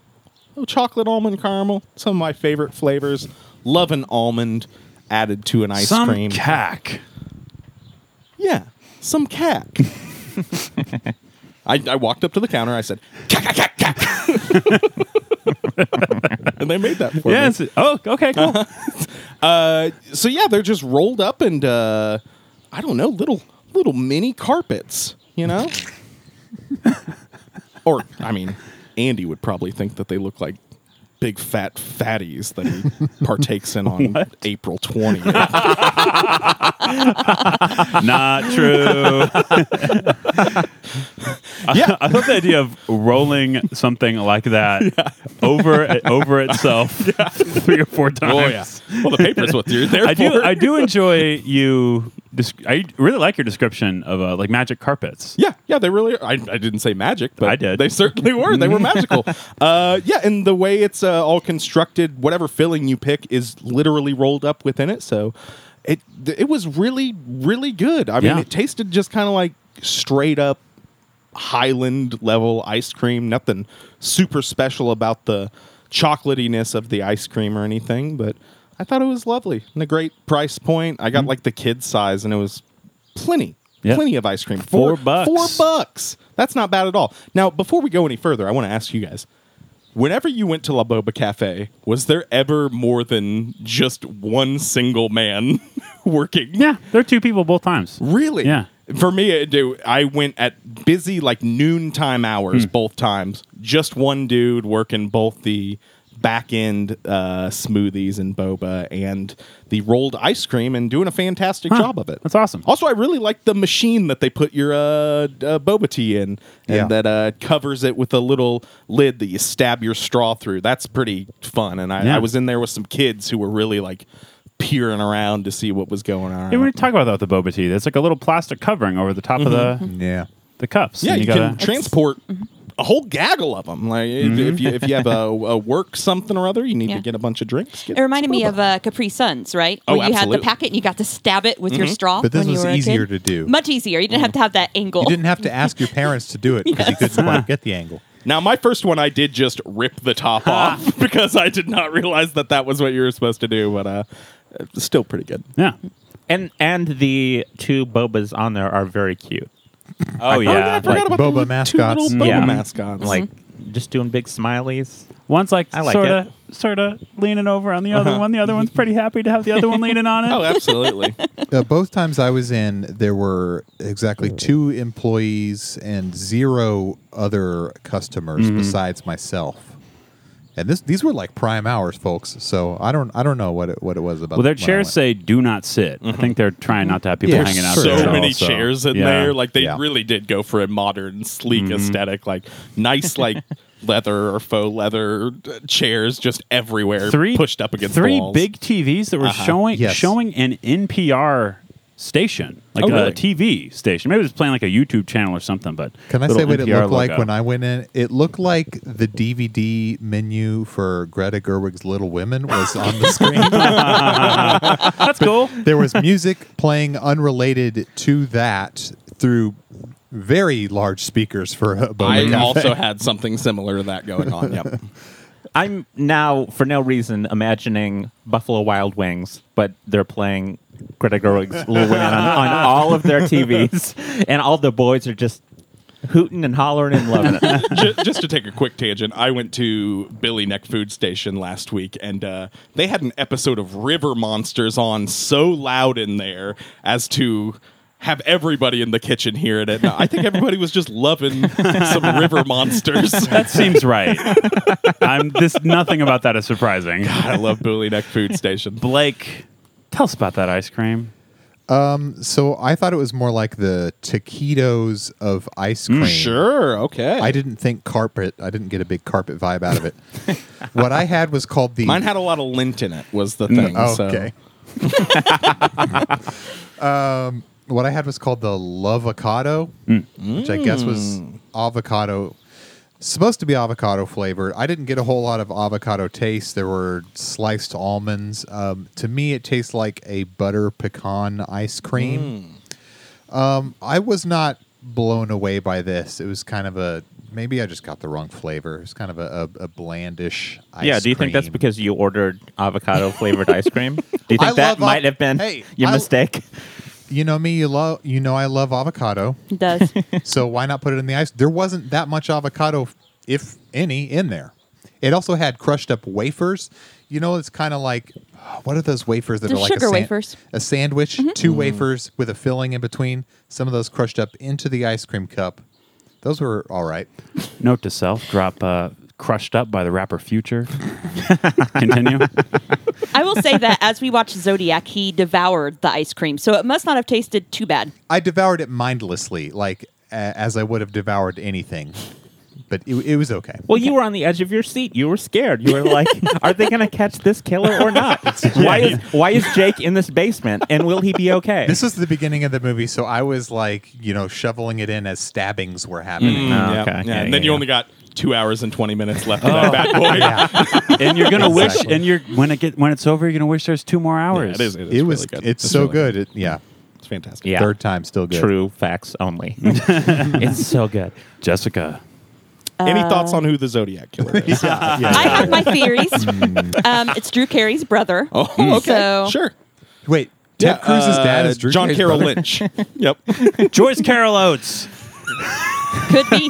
Oh, chocolate almond caramel. Some of my favorite flavors. Love an almond added to an ice Some cream. cack. Yeah, some cat. I, I walked up to the counter. I said, "Cack, cack, cack, cack." and they made that for me. Yes. Oh, okay, cool. Uh, so yeah, they're just rolled up and uh, I don't know, little little mini carpets, you know. or I mean, Andy would probably think that they look like big fat fatties that he partakes in on April twentieth. Not true. Yeah. I love the idea of rolling something like that over over itself three or four Oh, times. Well, the paper's what you're there I do. for. I do enjoy you. desc- I really like your description of uh, like magic carpets. Yeah, yeah, they really. I, I didn't say magic, but I did. They certainly were. They were magical. Uh, yeah, and the way it's uh, all constructed, whatever filling you pick is literally rolled up within it. So, it th- it was really really good. I mean, Yeah. it tasted just kind of like straight up Highland level ice cream. Nothing super special about the chocolatiness of the ice cream or anything, but I thought it was lovely and a great price point. I got like the kid size, and it was plenty. Mm-hmm. Yeah. Plenty of ice cream. Four bucks. Four bucks. That's not bad at all. Now, before we go any further, I want to ask you guys. Whenever you went to La Boba Cafe, was there ever more than just one single man working? Yeah, there are two people both times. Really? Yeah. For me, it, do- I went at busy like noontime Hmm. hours both times. Just one dude working both the back end uh, smoothies and boba and the rolled ice cream and doing a fantastic Huh. job of it. That's awesome. Also, I really like the machine that they put your uh, uh, boba tea in, and Yeah. that uh, covers it with a little lid that you stab your straw through. That's pretty fun. And I, Yeah. I was in there with some kids who were really like peering around to see what was going on. Hey, we didn't talk about that with the boba tea. There's like a little plastic covering over the top of the Yeah. the cups. Mm-hmm. Yeah, and you, gotta- can transport a whole gaggle of them. Like if- if you if you have a, a work something or other, you need Yeah. to get a bunch of drinks. Get It reminded me Spoba. of uh, Capri Suns, right? Oh, Where you had absolutely. the packet and you got to stab it with your straw. But this when you was were a easier kid. to do. Much easier. You didn't have to have that angle. You didn't have to ask your parents to do it because you couldn't quite get the angle. now. My first one, I did just rip the top off because I did not realize that that was what you were supposed to do. But uh, it's still pretty good. Yeah. And and the two bobas on there are very cute. Oh yeah. I forgot about Like boba the mascots. Two little boba Yeah. mascots. Like Mm-hmm. just doing big smileys. One's like, Uh-huh. I like sort of sort of leaning over on the other one. The other one's pretty happy to have the other one leaning on it. oh, absolutely. Uh, both times I was in, there were exactly Mm. two employees and zero other customers Mm-hmm. besides myself. And this, these were like prime hours, folks. So I don't, I don't know what it, what it was about. well, their when I chairs went. say "Do not sit." I think they're trying not to have people Yeah, hanging out. sure. there Mm-hmm. so at all, many chairs in yeah. there. Like they Yeah. really did go for a modern, sleek aesthetic. Like nice, like leather or faux leather uh, chairs just everywhere, three pushed up against three the walls. Uh-huh. big TVs that were showing Yes. showing an NPR station, like Oh, a really? TV station. Maybe it was playing like a YouTube channel or something. But Can I little say what it NPR looked like logo. when I went in? It looked like the DVD menu for Greta Gerwig's Little Women was on the screen. That's cool. there was music playing unrelated to that through very large speakers for a boba I cafe. also had something similar to that going on. Yep. I'm now for no reason imagining Buffalo Wild Wings, but they're playing Greta Gerwig's Little Women on, on all of their TVs, and all the boys are just hooting and hollering and loving it. just, just to take a quick tangent, I went to Billy Neck Food Station last week, and uh, they had an episode of River Monsters on so loud in there as to have everybody in the kitchen here at it. Now, I think everybody was just loving some river monsters. That seems right. I'm this nothing about that is surprising. I love Booley Neck Food Station. Blake, tell us about that ice cream. So I thought it was more like the taquitos of ice cream. Mm, Sure, okay. I didn't think carpet. I didn't get a big carpet vibe out of it. what I had was called the Mine had a lot of lint in it. Was the thing. so- Mm, okay. Oh, um, what I had was called the Lovocado, which I guess was Mm. avocado. Supposed to be avocado flavored. I didn't get a whole lot of avocado taste. There were sliced almonds. Um, to me, it tastes like a butter pecan ice cream. Mm. Um, I was not blown away by this. It was kind of a maybe I just got the wrong flavor. It was kind of a, a, a blandish ice yeah, do you think that's cream. because you ordered avocado flavored ice cream? Do you think I that love av- might have been Hey, your I- mistake? you know me? You love you know I love avocado. It does. So why not put it in the ice? There wasn't that much avocado, if any, in there. It also had crushed up wafers. You know, it's kind of like what are those wafers that They're are like sugar a wafers. Mm-hmm. a sandwich, two wafers with a filling in between. Some of those crushed up into the ice cream cup. Those were all right. Note to self: drop uh, "Crushed Up" by the rapper Future. Continue. I will say that as we watched Zodiac, he devoured the ice cream, so it must not have tasted too bad. I devoured it mindlessly, like a- as I would have devoured anything. But it, it was okay. Well, you were on the edge of your seat. You were scared. You were like, "Are they going to catch this killer or not? Why is Why is Jake in this basement? And will he be okay?" This was the beginning of the movie, so I was like, you know, shoveling it in as stabbings were Yeah, happening. Mm, Okay. yeah, Yeah, and yeah, then you yeah. Oh, only got two hours and twenty minutes left in that bad boy. and you're gonna wish, Exactly. and you're when it get when it's over, you're gonna wish there's two more Yeah, hours. it is. It, is It was. really good. It's, so really good. It, yeah. It's fantastic. Yeah. Third time, still good. True facts only. it's so good. Jessica. Any Uh, thoughts on who the Zodiac killer is? I have my theories. um, it's Drew Carey's brother. Mm. Oh, okay, So- sure. Wait, Ted Cruz's dad uh, is Drew John Carey's Carroll brother? Lynch. yep. Joyce Carol Oates. Could be.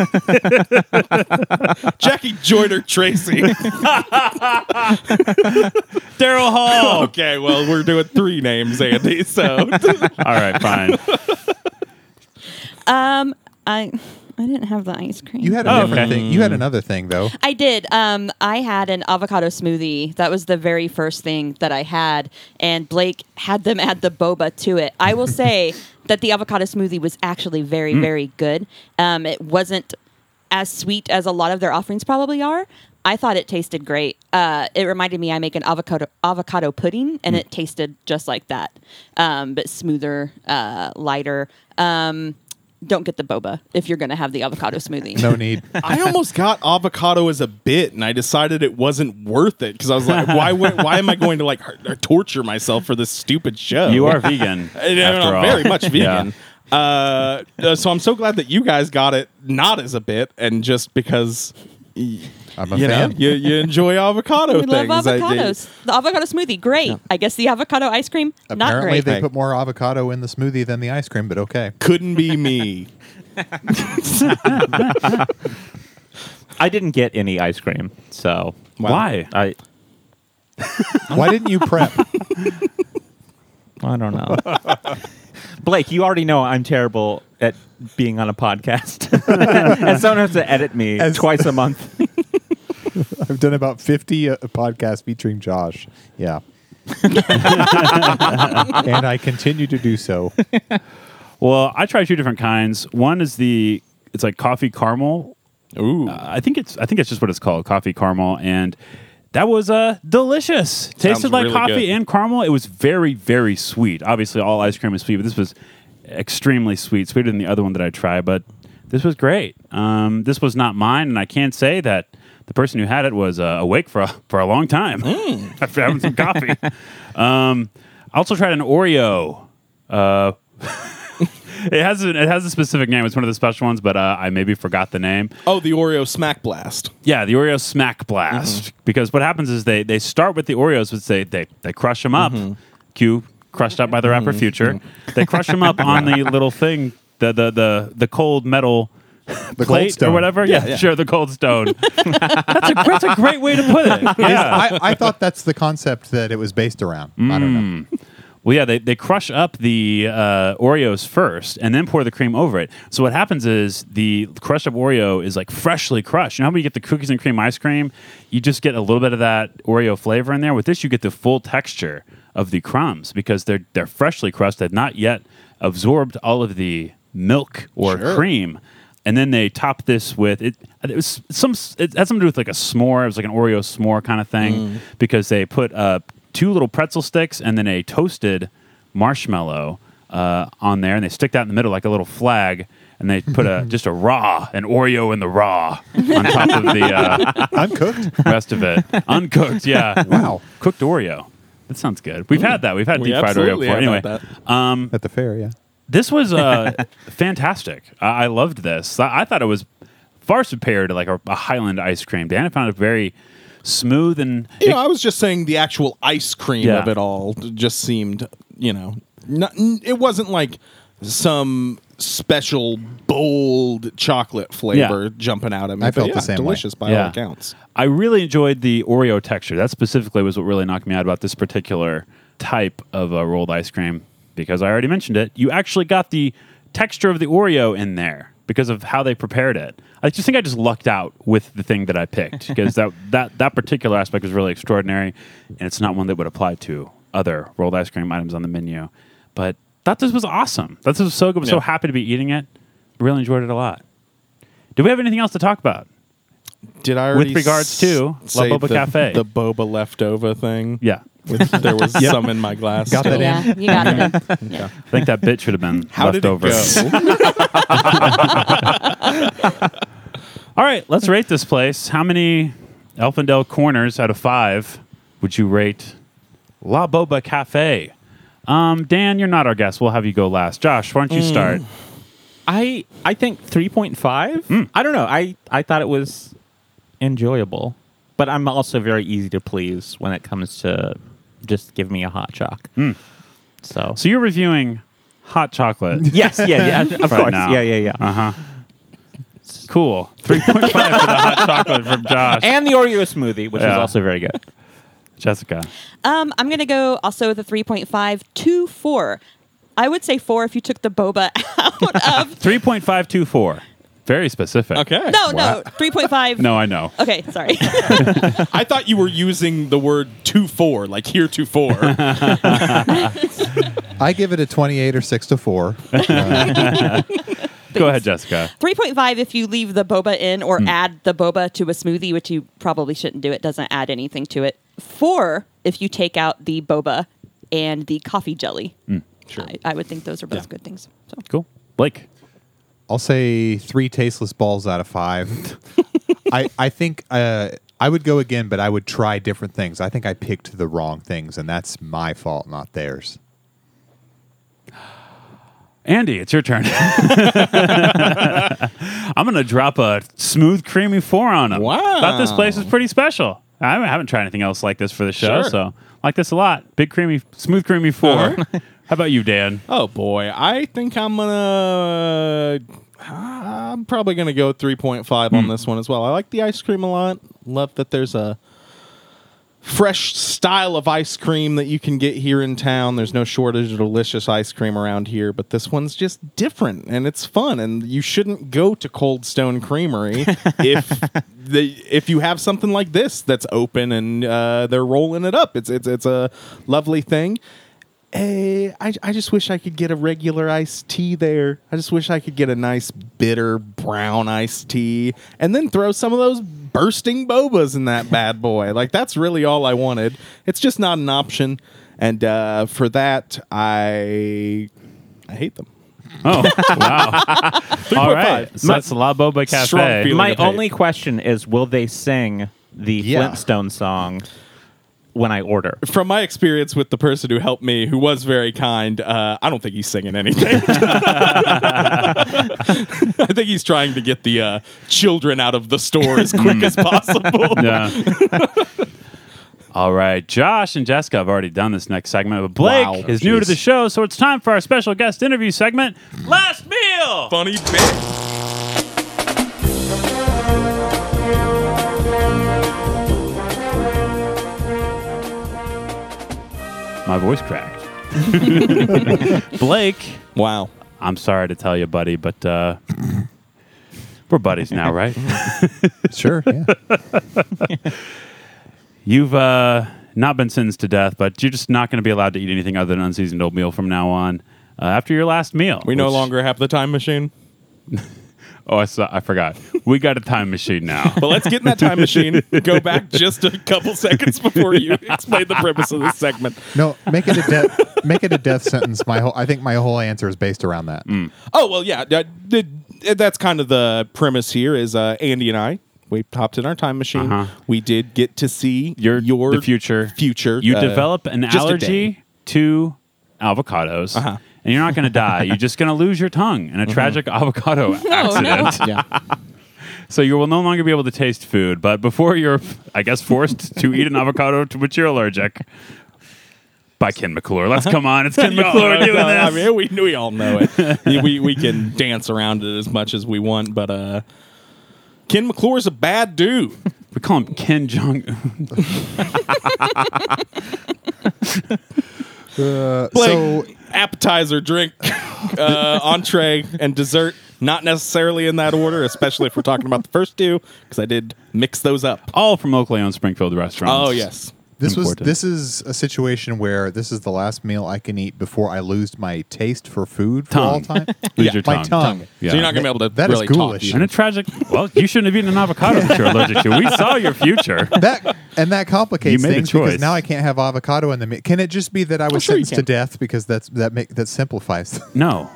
Jackie Joyner Tracy. Daryl Hall. okay, well, we're doing three names, Andy. So All right, fine. Um, I I didn't have the ice cream. You had a Oh, different okay. thing. You had another thing though. I did. Um, I had an avocado smoothie. That was the very first thing that I had, and Blake had them add the boba to it. I will say that the avocado smoothie was actually very, very good. Um, it wasn't as sweet as a lot of their offerings probably are. I thought it tasted great. Uh, it reminded me I make an avocado avocado pudding, and it tasted just like that, um, but smoother, uh, lighter. Um, don't get the boba if you're going to have the avocado smoothie. No need. I almost got avocado as a bit, and I decided it wasn't worth it because I was like, why? would- Why am I going to like hurt- torture myself for this stupid show? You are vegan. And I'm after all. very much vegan. Yeah. Uh, uh, so I'm so glad that you guys got it not as a bit, and just because. y- I'm a you know, fan. you, you enjoy avocado We things. love I- avocados. the avocado smoothie, great. I guess the avocado ice cream, not Apparently, great. they put more avocado in the smoothie than the ice cream, but okay. couldn't be me. I didn't get any ice cream, so Why? I Why didn't you prep? I don't know. Blake, you already know I'm terrible at being on a podcast, and someone has to edit me As- twice a month. I've done about fifty uh, podcasts featuring Josh. Yeah. and I continue to do so. Well, I try two different kinds. One is the it's like coffee caramel. Ooh. Uh, I think it's I think it's just what it's called, coffee caramel, and that was uh delicious. Tasted like really coffee good. and caramel. It was very very sweet. Obviously, all ice cream is sweet, but this was extremely sweet, sweeter than the other one that I tried. But this was great. Um, this was not mine, and I can't say that the person who had it was uh, awake for a, for a long time Mm. after having some coffee. Um, I also tried an Oreo. Uh, it has a, it has a specific name. It's one of the special ones, but uh, I maybe forgot the name. Oh, the Oreo smack blast. Yeah, the Oreo smack blast. Mm-hmm. Because what happens is they they start with the Oreos, but they they they crush them up. Mm-hmm. Cue crushed up by the rapper Future. They crush them up on the little thing, the the the the cold metal. The plate cold stone. or whatever, yeah, yeah. sure. The cold stone. that's, a, that's a great way to put it. Yeah, I, I thought that's the concept that it was based around. I don't know. Well, yeah, they, they crush up the uh, Oreos first and then pour the cream over it. So what happens is the crushed up Oreo is like freshly crushed. You know how when you get the cookies and cream ice cream? You just get a little bit of that Oreo flavor in there. With this, you get the full texture of the crumbs because they're they're freshly crushed. They've not yet absorbed all of the milk or cream. And then they top this with it. It was some. It had something to do with like a s'more. It was like an Oreo s'more kind of thing because they put uh, two little pretzel sticks and then a toasted marshmallow uh, on there, and they stick that in the middle like a little flag, and they put a just a raw an Oreo in the raw on top of the uh, I'm cooked. rest of it, uncooked. Yeah, Wow. cooked Oreo. That sounds good. We've had that. We've had We deep fried Oreo absolutely before. have Anyway, had Um, At the fair, yeah. this was uh, fantastic. I-, I loved this. I-, I thought it was far superior to like a, a Highland ice cream. Dan, I found it very smooth and You know, I was just saying the actual ice cream Yeah. of it all just seemed, you know, not, it wasn't like some special bold chocolate flavor jumping out at me. I But felt the yeah, same way. delicious by Yeah. all accounts. I really enjoyed the Oreo texture. That specifically was what really knocked me out about this particular type of uh, rolled ice cream because I already mentioned it. You actually got the texture of the Oreo in there because of how they prepared it. I just think I just lucked out with the thing that I picked because that, that, that particular aspect was really extraordinary and it's not one that would apply to other rolled ice cream items on the menu. But that this was awesome. That this was so good. I'm so Yeah. happy to be eating it. Really enjoyed it a lot. Do we have anything else to talk about? Did I already regards to s- La say Boba the, Cafe? the boba leftover thing? Yeah. With- there was some in my glass. Got that still. in. Yeah, you got it. in. Yeah. I think that bit should have been How left did over. it go? All right, let's rate this place. How many Elfindale corners out of five would you rate La Boba Cafe? Um, Dan, you're not our guest. We'll have you go last. Josh, why don't you Mm. start? I I think three point five. I don't know. I I thought it was enjoyable, but I'm also very easy to please when it comes to just give me a hot chalk. So. So you're reviewing hot chocolate. Yes, yeah, yeah, of Right course. now. Yeah, yeah, yeah. Uh huh. Cool. 3.5 for the hot chocolate from Josh. And the Oreo smoothie, which Yeah. is also very good. Jessica. Um, I'm gonna go also with a 3.5 to four. I would say four if you took the boba out of. 3.524. Very specific. Okay. No, no, 3.5. No, I know. Okay, sorry. I thought you were using the word two four, like here two four. I give it a 28 or 6 to Uh, 4. Go ahead, Jessica. 3.5 if you leave the boba in or Mm. add the boba to a smoothie, which you probably shouldn't do. It doesn't add anything to it. Four if you take out the boba and the coffee jelly. Mm, I, I would think those are both good things. So. Cool. Blake. I'll say three tasteless balls out of five. I I think uh, I would go again, but I would try different things. I think I picked the wrong things, and that's my fault, not theirs. Andy, it's your turn. I'm gonna drop a smooth, creamy four on them. Wow. Thought this place is pretty special. I haven't tried anything else like this for the show, Sure. Uh-huh. so like this a lot. Big creamy, smooth, creamy 4 How about you, Dan? Oh boy, I think I'm gonna. I'm probably gonna go 3.5 on this one as well. I like the ice cream a lot. Love that there's a fresh style of ice cream that you can get here in town. There's no shortage of delicious ice cream around here, but this one's just different and it's fun. And you shouldn't go to Cold Stone Creamery if the if you have something like this that's open and uh, they're rolling it up. It's it's it's a lovely thing. Eh, I, I just wish I could get a regular iced tea there. I just wish I could get a nice bitter brown iced tea and then throw some of those bursting bobas in that bad boy. Like, that's really all I wanted. It's just not an option. And uh, for that, I I hate them. Oh, wow. All right. So My- that's La Boba Strong Cafe. feeling. My of hate. only question is will they sing the Yeah. Flintstone song when I order? From my experience with the person who helped me, who was very kind, uh, I don't think he's singing anything. I think he's trying to get the uh, children out of the store as quick as possible. Yeah. All right, Josh and Jessica have already done this next segment, but Blake Wow. is new to Jeez. the show, so it's time for our special guest interview segment, Last Meal. funny bit. My voice cracked. Blake, Wow. I'm sorry to tell you, buddy, but uh, we're buddies now, right? Sure. Yeah. You've uh, not been sentenced to death, but you're just not going to be allowed to eat anything other than unseasoned oatmeal from now on. Uh, after your last meal, We no which- longer have the time machine. Oh, I, saw, I forgot. We got a time machine now. But let's get in that time machine. Go back just a couple seconds before you explain the premise of this segment. No, make it a death. make it a death sentence. My whole. I think my whole answer is based around that. Oh well, yeah. that- that- that's kind of the premise here. Is uh, Andy and I we hopped in our time machine. Uh-huh. We did get to see Your- your the future. Future. You uh, develop an just a day. allergy to avocados, Uh-huh. Mm-hmm. and you're not going to die. You're just going to lose your tongue in a tragic avocado Oh, accident. Yeah. So you will no longer be able to taste food. But before you're, I guess, forced to eat an avocado to which you're allergic. By Ken McClure. Let's come on. It's Uh-huh. Ken McClure Oh, doing this. I mean, we we all know it. we we can dance around it as much as we want, but uh, Ken McClure's a bad dude. we call him Ken Jong Un. Uh, Like so appetizer, drink, uh, entree, and dessert. Not necessarily in that order, especially if we're talking about the first two, because I did mix those up. All from locally owned Springfield restaurants. Oh yes, this was Important. this is a situation where this is the last meal I can eat before I lose my taste for food for all Tongue. time. Lose Yeah, your my tongue. tongue. Yeah. So you're not gonna be able to That is really talk. ghoulish. either. And a tragic. Well, you shouldn't have eaten an avocado that you're allergic to. We saw your future. That and that complicates You made a things because choice. Oh, now I can't have avocado in the meat. Can it just be that I was sure you sentenced to death because that's that make that simplifies? No,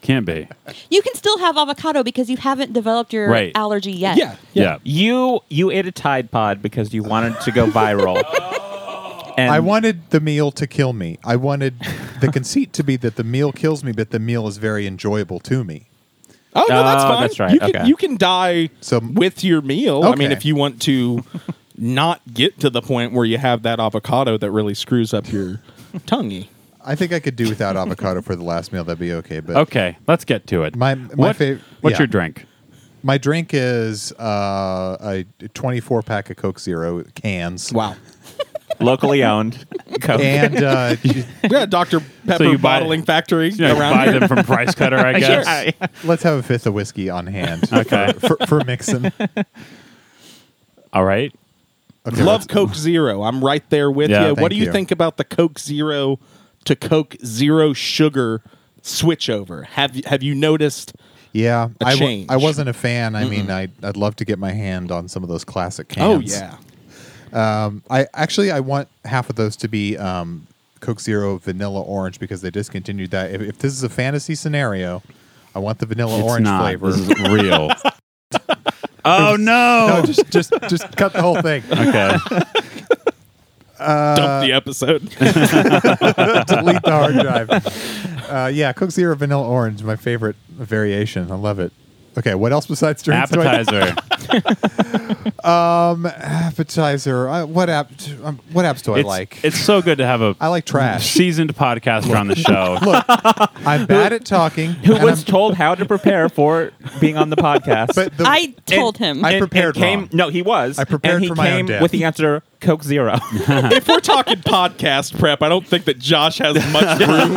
can't be. You can still have avocado because you haven't developed your Right. allergy yet. Yeah, Yeah. You you ate a Tide Pod because you wanted to go viral. and I wanted the meal to kill me. I wanted the conceit to be that the meal kills me, but the meal is very enjoyable to me. Oh no, that's Oh, fine. that's right. You can Okay. you can die So- with your meal. I mean, Okay. if you want to not get to the point where you have that avocado that really screws up your tonguey. I think I could do without avocado for the last meal. That'd be okay. But Okay, let's get to it. My- my what, fav- What's yeah. your drink? my drink is uh, a 24 pack of Coke Zero cans. Wow. locally owned. Coke. And uh, Yeah, Dr. Pepper you buy- bottling factory You know, around buy here. them from Price Cutter, I guess. let's have a fifth of whiskey on hand Okay. for, for mixing. All right. Okay, Love Coke Zero. I'm right there with you. Yeah, What thank do you, you. think about the Coke Zero to Coke Zero sugar switchover? Have you have you noticed Yeah, a I wa- change. I wasn't a fan. I mean, I I'd love to get my hand on some of those classic Oh cans. yeah. I actually I want half of those to be um, Coke Zero Vanilla Orange because they discontinued that. If, if this is a fantasy scenario, I want the vanilla It's orange not. flavor. This is real. oh no. no, just just just cut the whole thing. okay. Dump the episode. Delete the hard drive. Uh, yeah, Coke Zero Vanilla Orange, my favorite variation. I love it. Okay, what else besides drinks? do I- Appetizer. appetizer. Uh, what app? Um, what apps do I it's, like? it's so good to have a I like trash. seasoned podcaster on the show. Look, I'm bad at talking. Who and was I'm- told how to prepare for being on the podcast? But the, I told him. I prepared came, wrong. No, he was. I prepared and he for my own came death. with the answer Coke Zero. if we're talking podcast prep, I don't think that Josh has much room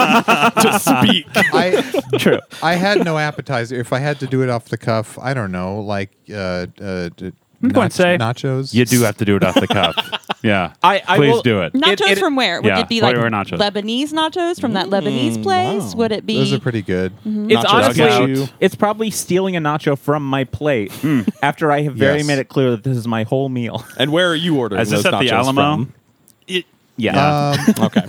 to speak. I True. I had no appetizer. If I had to do it off the cuff, I don't know, like uh, uh, d- I'm going nach- to say nachos. You do have to do it off the cuff. Yeah. I- I Please will- do it. Nachos It- it- from where? Would yeah, it be where like were nachos? Lebanese nachos from that Lebanese place? Would it be? Mm, Those are pretty good. Mm-hmm. Um, It's Nacho honestly, dugout. it's probably stealing a nacho from my plate after I have very Yes. made it clear that this is my whole meal. And where are you ordering Is this those at the nachos Alamo? Yeah. Um, from? Okay.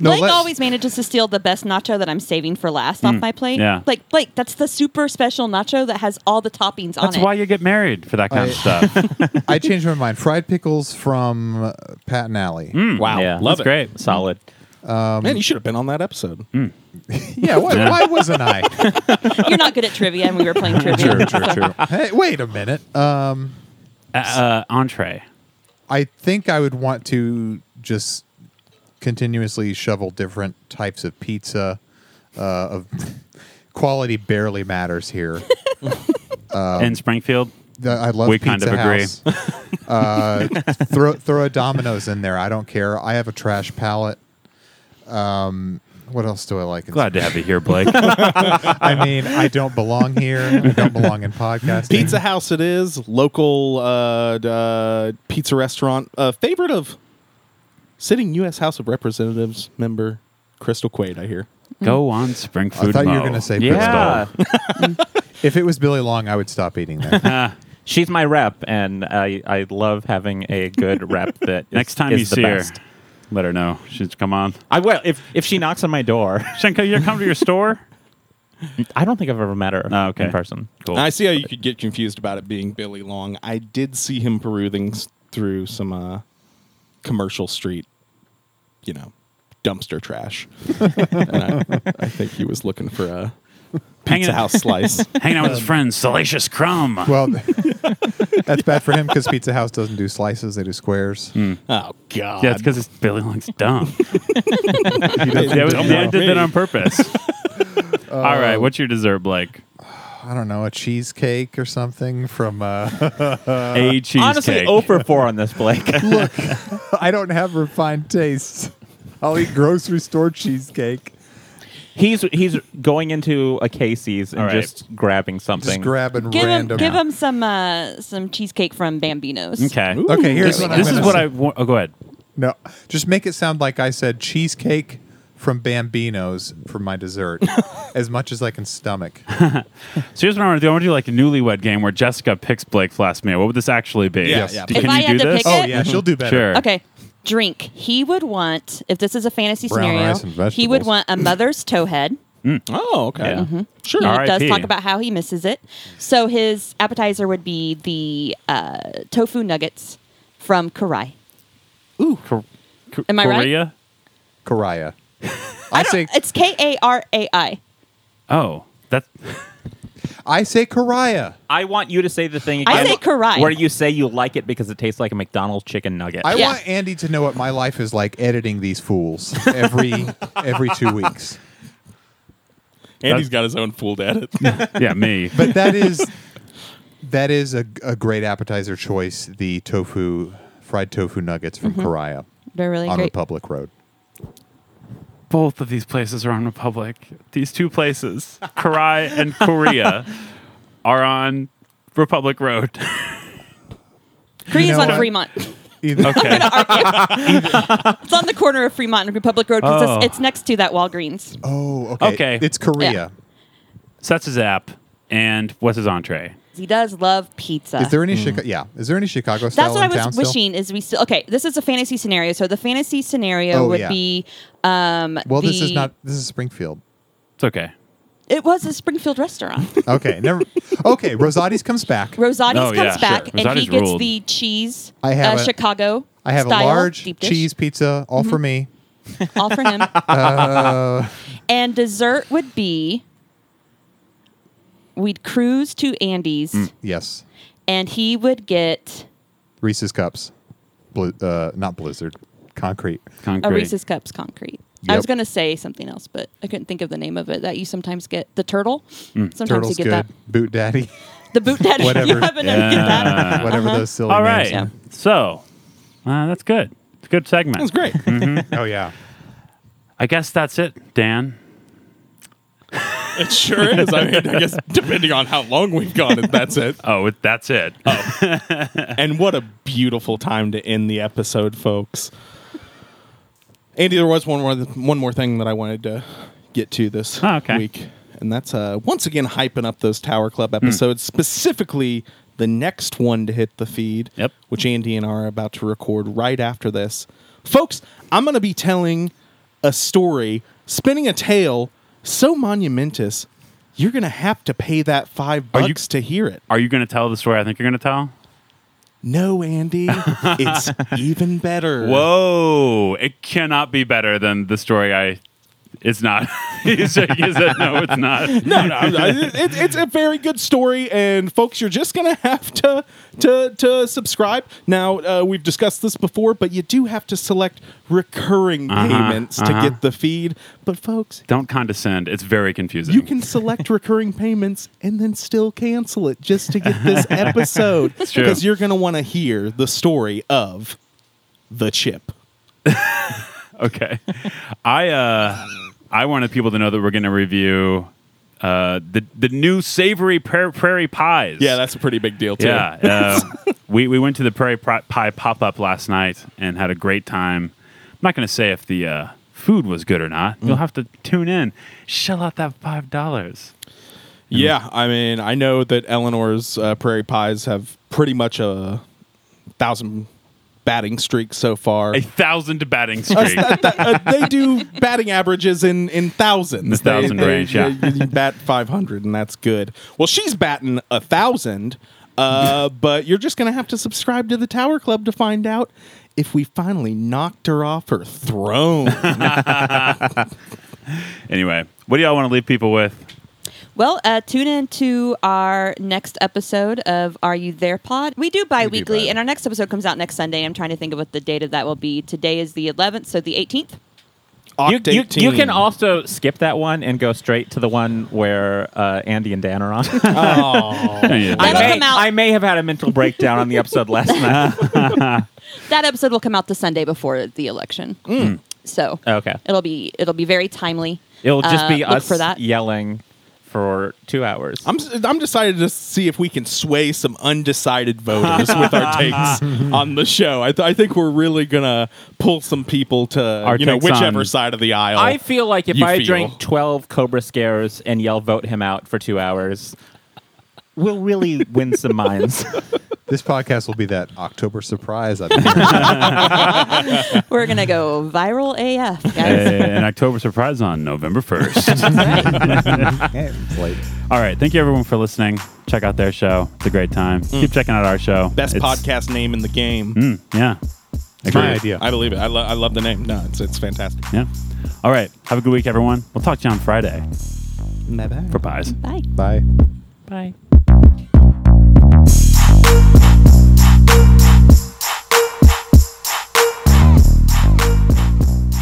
no, Blake let's- always manages to steal the best nacho that I'm saving for last off my plate. Mm, yeah. Like Blake, that's the super special nacho that has all the toppings on That's it. why you get married for that kind of I- stuff. I changed my mind. Fried pickles from uh, Patton Alley. Mm. Wow. yeah. Love That's it. great. Solid. Um, Man, you should have been on that episode. Mm-hmm. Yeah, why, Yeah. why wasn't I? You're not good at trivia, and we were playing trivia. so- hey, wait a minute. Um, Uh, uh, entree. I think I would want to just continuously shovel different types of pizza. Uh, of quality barely matters here. Oh. in Springfield. The- I love We kind Pizza of agree. House. uh, throw throw a Domino's in there. I don't care. I have a trash palate. Um, What else do I like? in Glad to have you here, Blake. I mean, I don't belong here. I don't belong in podcasting. Pizza House it is, local uh, d- uh, pizza restaurant, uh, favorite of sitting U.S. House of Representatives member Crystal Quaid, I hear. Go on, spring I food. thought you were Mo. going to say Yeah. Crystal. If it was Billy Long, I would stop eating that. Ah, She's my rep, and I, I love having a good rep that is, next time is you the see best. her, let her know. She's come on. I will. If, if she knocks on my door, Shenko, you come to your store. I don't think I've ever met her Oh, okay. in person. Cool. I see how you could get confused about it being Billy Long. I did see him perusing s- through some uh, commercial street, you know, dumpster trash. and I, I think he was looking for a Hanging- pizza house slice. Hanging out with his friends, Salacious Crumb. well, that's bad for him because Pizza House doesn't do slices; they do squares. oh God! yeah, it's because Billy Long's dumb. He doesn't yeah, do- Dumb I like did that me. on purpose. All right, what's your dessert, Blake? I don't know a cheesecake or something from. Uh, a cheesecake. Honestly, oh, over 4 on this, Blake. I don't have refined tastes. I'll eat grocery store cheesecake. he's he's going into a Casey's and All right. just grabbing something. Just grabbing Give him, random. give him some uh, some cheesecake from Bambino's. Okay. Okay, here's This, what I'm this is gonna what say. I want. Oh, go ahead. No, just make it sound like I said cheesecake from Bambino's for my dessert, as much as I can stomach. So here's what I want to do. I want to do like a newlywed game where Jessica picks Blake for last meal. What would this actually be? Yeah, yeah. Do- If Can I you had do to this? pick it- Oh yeah, she'll do better. Sure. Okay. Drink. He would want, if this is a fantasy Brown rice and scenario, he would vegetables. want a mother's toe head. Oh, okay. Yeah. Sure. He does R.I.P.. talk about how he misses it. So his appetizer would be the uh, tofu nuggets from Karai. Am I right? Korea? Karaya. I, say It's K A R A I. Oh, that's I say Karaya. I want you to say the thing. I again say Karai. Where you say you like it because it tastes like a McDonald's chicken nugget. I Yeah. want Andy to know what my life is like editing these fools every every two weeks. And he's got his own fooled at it. yeah me. But that is that is a, a great appetizer choice. The tofu fried tofu nuggets from Karaya Mm-hmm. They're really on great. Republic Road. Both of these places are on Republic. These two places, Karai and Korea, are on Republic Road. Korea's know on what? Fremont. Either, Okay. it's on the corner of Fremont and Republic Road because Oh. it's, it's next to that Walgreens. Oh, okay. Okay. It's Korea. Yeah. so that's his app. And what's his entree? He does love pizza. Is there Mm. any Chicago? Yeah. Is there any Chicago style That's what in I was town still? wishing. Is we still okay? This is a fantasy scenario. So the fantasy scenario Oh, would yeah. be. Um, Well, this is the- not. This is Springfield. It's okay. It was a Springfield restaurant. Okay. Never. okay. Rosati's comes back. Rosati's Oh, comes yeah, back sure. and Rosati's he gets ruled. the cheese. I have uh, a- Chicago. I have a style large deep dish, Mm-hmm. cheese pizza, all for me. all for him. Uh, and dessert would be. We'd cruise to Andy's, Mm. yes. and he would get Reese's cups, Bli- uh, not Blizzard, concrete. a Concrete. Reese's Cups concrete. I Yep. was going to say something else, but I couldn't think of the name of it that you sometimes get. The turtle. Mm. Sometimes Turtle's you get good. that. Boot daddy. The boot daddy. you Whatever. haven't get that. Whatever those silly Uh-huh. All right. names. Yeah. So uh, that's good. It's a good segment. That's great. Oh yeah. I guess that's it, Dan. It sure is. I mean, I guess depending on how long we've gone, that's it. Oh, it- that's it. And what a beautiful time to end the episode, folks. Andy, there was one more one more thing that I wanted to get to this Oh, okay. Hmm. week, and that's uh, once again hyping up those Tower Club episodes, specifically the next one to hit the feed. Yep. which Andy and I are about to record right after this, folks. I'm going to be telling a story, spinning a tale so monumentous, you're going to have to pay that five Are you- bucks to hear it. Are you going to tell the story I think you're going to tell? No, Andy, it's even better. Whoa. It cannot be better than the story I. It's not. He's shaking his head. No, it's not. No, no, I- it, it's a very good story, and folks, you're just gonna have to to to subscribe. Now, uh, we've discussed this before, but you do have to select recurring payments uh-huh. to get the feed. But folks, Don't condescend. It's very confusing. you can select recurring payments and then still cancel it just to get this episode true. because you're gonna want to hear the story of the chip. okay. I uh I wanted people to know that we're going to review uh, the the new savory pra- prairie pies. Yeah, that's a pretty big deal too. yeah. uh, we we went to the prairie Pri- pie pop up last night and had a great time. I'm not going to say if the uh, food was good or not. You'll have to tune in. Shell out that five dollars. Yeah, I mean, I know that Eleanor's uh, prairie pies have pretty much a thousand batting streaks so far. A thousand batting streak. Uh, they do batting averages in in thousands. The thousand They- they- range, yeah. you- you bat five hundred, and that's good. Well, she's batting a thousand, uh, but you're just gonna have to subscribe to the Tower Club to find out if we finally knocked her off her throne. anyway, what do y'all want to leave people with? Well, uh, tune in to our next episode of Are You There Pod. We do bi bi- weekly, and our next episode comes out next Sunday. I'm trying to think of what the date of that will be. Today is the 11th, so the 18th. You, Oct you, you 18. can also skip that one and go straight to the one where uh, Andy and Dan are on. I, That'll may, come out- I may have had a mental breakdown on the episode last night. That episode will come out the Sunday before the election. So Okay. it'll be it'll be very timely. It'll just Uh, be look us for that. yelling for two hours. I'm I'm decided to see if we can sway some undecided voters with our takes on the show. I, th- I think we're really gonna pull some people to Our you know takes whichever on- side of the aisle. I feel like if You I feel. drink 12 Cobra Scares and yell vote him out for two hours, we'll really win some minds. This podcast will be that October surprise. I've been- We're gonna go viral AF, guys. an October surprise on November 1st. That's right. it's late. All right. Thank you, everyone, for listening. Check out their show. It's a great time. Mm. Keep checking out our show. best It's- podcast name in the game. Mm, yeah. It's my idea. I believe it. I, lo- I love the name. No, it's it's fantastic. Yeah. All right. Have a good week, everyone. We'll talk to you on Friday Bye bye. for pies. Bye. Bye. Bye.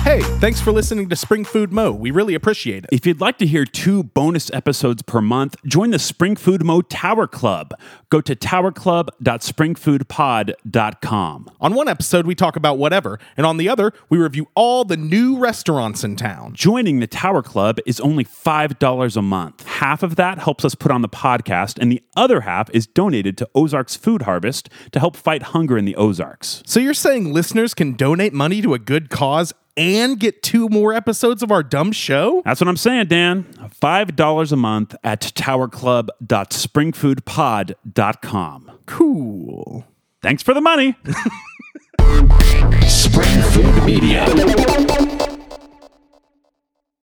Hey, thanks for listening to Spring Food Mo. We really appreciate it. If you'd like to hear two bonus episodes per month, join the Spring Food Mo Tower Club. Go to towerclub.springfoodpod.com. On one episode, we talk about whatever, and on the other, we review all the new restaurants in town. Joining the Tower Club is only $5 a month. Half of that helps us put on the podcast, and the other half is donated to Ozarks Food Harvest to help fight hunger in the Ozarks. So you're saying listeners can donate money to a good cause and get two more episodes of our dumb show? That's what I'm saying, Dan. $5 a month at towerclub.springfoodpod.com. Cool. Thanks for the money. Spring Food Media.